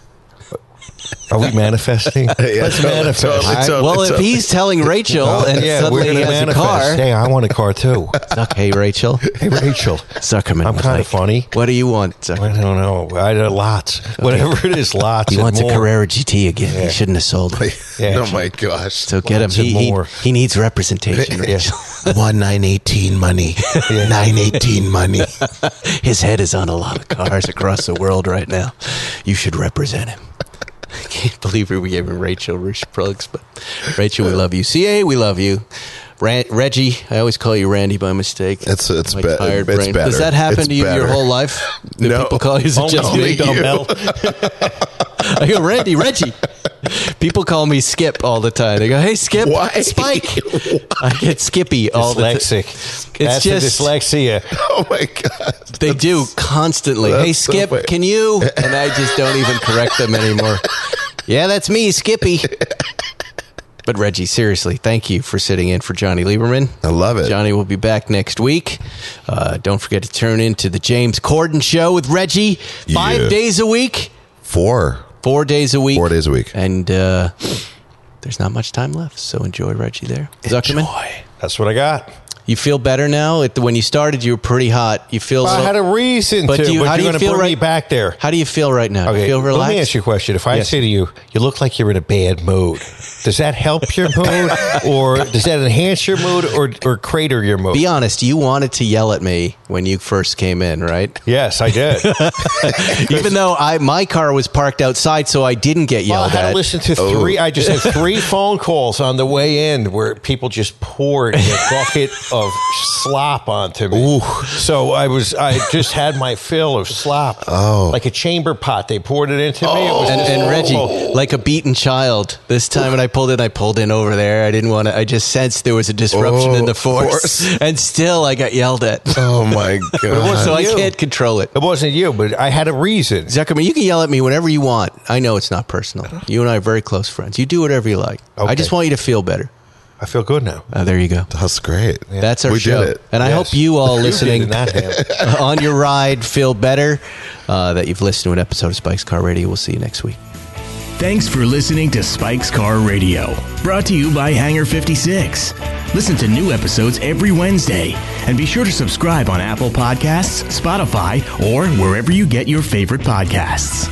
[SPEAKER 6] Are we manifesting? Let's
[SPEAKER 4] totally,
[SPEAKER 6] manifest.
[SPEAKER 4] totally,
[SPEAKER 5] I-
[SPEAKER 4] totally,
[SPEAKER 5] well, if
[SPEAKER 4] totally.
[SPEAKER 5] he's telling Rachel and
[SPEAKER 6] yeah, we're
[SPEAKER 5] suddenly
[SPEAKER 6] gonna
[SPEAKER 5] he has
[SPEAKER 6] manifest.
[SPEAKER 5] a car,
[SPEAKER 6] Hey, I want a car too.
[SPEAKER 5] Zuck, hey Rachel,
[SPEAKER 6] hey, Rachel.
[SPEAKER 5] Zuckerman.
[SPEAKER 6] I'm
[SPEAKER 5] was
[SPEAKER 6] kinda
[SPEAKER 5] like,
[SPEAKER 6] funny.
[SPEAKER 5] What do you want?
[SPEAKER 6] I
[SPEAKER 5] Zuck?
[SPEAKER 6] don't know. I don't, lots. Whatever it is, lots.
[SPEAKER 5] He
[SPEAKER 6] and
[SPEAKER 5] wants a
[SPEAKER 6] more.
[SPEAKER 5] Carrera GT again. He shouldn't have sold it.
[SPEAKER 6] Yeah.
[SPEAKER 4] oh my gosh.
[SPEAKER 5] So get him.
[SPEAKER 6] Lots and
[SPEAKER 5] He, he,
[SPEAKER 6] more.
[SPEAKER 5] he needs representation, Rachel.
[SPEAKER 4] One nine eighteen money. Nine eighteen money.
[SPEAKER 5] His head is on a lot of cars across the world right now. You should represent him. I can't believe we gave him Rachel Rush plugs, but Rachel, we love you. CA, we love you. Ran- Reggie, I always call you Randy by mistake.
[SPEAKER 4] It's- it's
[SPEAKER 5] My
[SPEAKER 4] be-
[SPEAKER 5] tired
[SPEAKER 4] it's
[SPEAKER 5] brain.
[SPEAKER 4] better.
[SPEAKER 5] Does that happen
[SPEAKER 4] It's
[SPEAKER 5] to you your
[SPEAKER 4] better.
[SPEAKER 5] whole life? Do
[SPEAKER 4] No.
[SPEAKER 5] people call you is it
[SPEAKER 6] Only
[SPEAKER 5] just
[SPEAKER 4] Only
[SPEAKER 5] me?
[SPEAKER 4] you.
[SPEAKER 6] dumbbell.
[SPEAKER 5] I go Randy, Reggie. People call me Skip all the time. They go, "Hey, Skip,
[SPEAKER 4] Why?
[SPEAKER 5] Spike." I get Skippy all
[SPEAKER 6] Dyslexic.
[SPEAKER 5] the time. It's
[SPEAKER 6] That's the
[SPEAKER 5] just
[SPEAKER 6] dyslexia.
[SPEAKER 4] Oh my god!
[SPEAKER 5] they do constantly. Hey,
[SPEAKER 4] That's so
[SPEAKER 5] Skip,
[SPEAKER 4] funny.
[SPEAKER 5] can you? And I just don't even correct them anymore. yeah, that's me, Skippy. But Reggie, seriously, thank you for sitting in for Johnny Lieberman.
[SPEAKER 4] I love it.
[SPEAKER 5] Johnny will be back next week. Uh, don't forget to turn into the James Corden Show with Reggie five
[SPEAKER 4] Yeah.
[SPEAKER 5] days a week,
[SPEAKER 4] Four,
[SPEAKER 5] four days a week,
[SPEAKER 4] four days a week.
[SPEAKER 5] and uh, there's not much time left. So enjoy Reggie there, Zuckerman.
[SPEAKER 6] That's what I got.
[SPEAKER 5] You feel better now. It, when you started, you were pretty hot. You feel. a
[SPEAKER 6] I
[SPEAKER 5] little-
[SPEAKER 6] had a reason
[SPEAKER 5] But
[SPEAKER 6] to,
[SPEAKER 5] do you- how
[SPEAKER 6] but
[SPEAKER 5] do you
[SPEAKER 6] you're going to
[SPEAKER 5] feel
[SPEAKER 6] bring me
[SPEAKER 5] right-
[SPEAKER 6] back there.
[SPEAKER 5] How do you feel right now? You
[SPEAKER 6] Okay,
[SPEAKER 5] feel relaxed.
[SPEAKER 6] let me ask you a question. If I
[SPEAKER 5] Yes.
[SPEAKER 6] say to you, you look like you're in a bad mood, does that help your mood, or does that enhance your mood, or or crater your mood?
[SPEAKER 5] Be honest. You wanted to yell at me when you first came in, right?
[SPEAKER 6] yes, I did. well,
[SPEAKER 5] Even though I my car was parked outside, so I didn't get
[SPEAKER 6] I
[SPEAKER 5] yelled
[SPEAKER 6] had to
[SPEAKER 5] at. Oh.
[SPEAKER 6] listen to three. I just had three phone calls on the way in where people just poured a bucket of slop onto me. So I was, I just had my fill of slop. Oh, like a chamber pot. They poured it into me. It was
[SPEAKER 5] Oh. and,
[SPEAKER 6] just
[SPEAKER 5] and
[SPEAKER 6] horrible.
[SPEAKER 5] Reggie, like a beaten child, this time when I pulled in, I pulled in over there. I didn't want to. I just sensed there was a disruption
[SPEAKER 4] Oh,
[SPEAKER 5] in the force,
[SPEAKER 4] force.
[SPEAKER 5] and still I got yelled at.
[SPEAKER 4] Oh my god!
[SPEAKER 5] so I
[SPEAKER 6] you.
[SPEAKER 5] can't control it.
[SPEAKER 6] It wasn't you, but I had a reason.
[SPEAKER 5] Zuckerman, you can yell at me whenever you want. I know it's not personal. You and I are very close friends. You do whatever you like. I
[SPEAKER 6] Okay.
[SPEAKER 5] just want you to feel better.
[SPEAKER 6] I feel good now.
[SPEAKER 5] Uh, there you go.
[SPEAKER 4] That's great.
[SPEAKER 5] That's our
[SPEAKER 4] we
[SPEAKER 5] show.
[SPEAKER 4] did it.
[SPEAKER 5] And I
[SPEAKER 6] Yes.
[SPEAKER 5] hope you all
[SPEAKER 6] You did
[SPEAKER 5] listening
[SPEAKER 6] in that hand.
[SPEAKER 5] on your ride feel better uh, that you've listened to an episode of Spike's Car Radio. We'll see you next week.
[SPEAKER 1] Thanks for listening to Spike's Car Radio, brought to you by Hangar 56. Listen to new episodes every Wednesday, and be sure to subscribe on Apple Podcasts, Spotify, or wherever you get your favorite podcasts.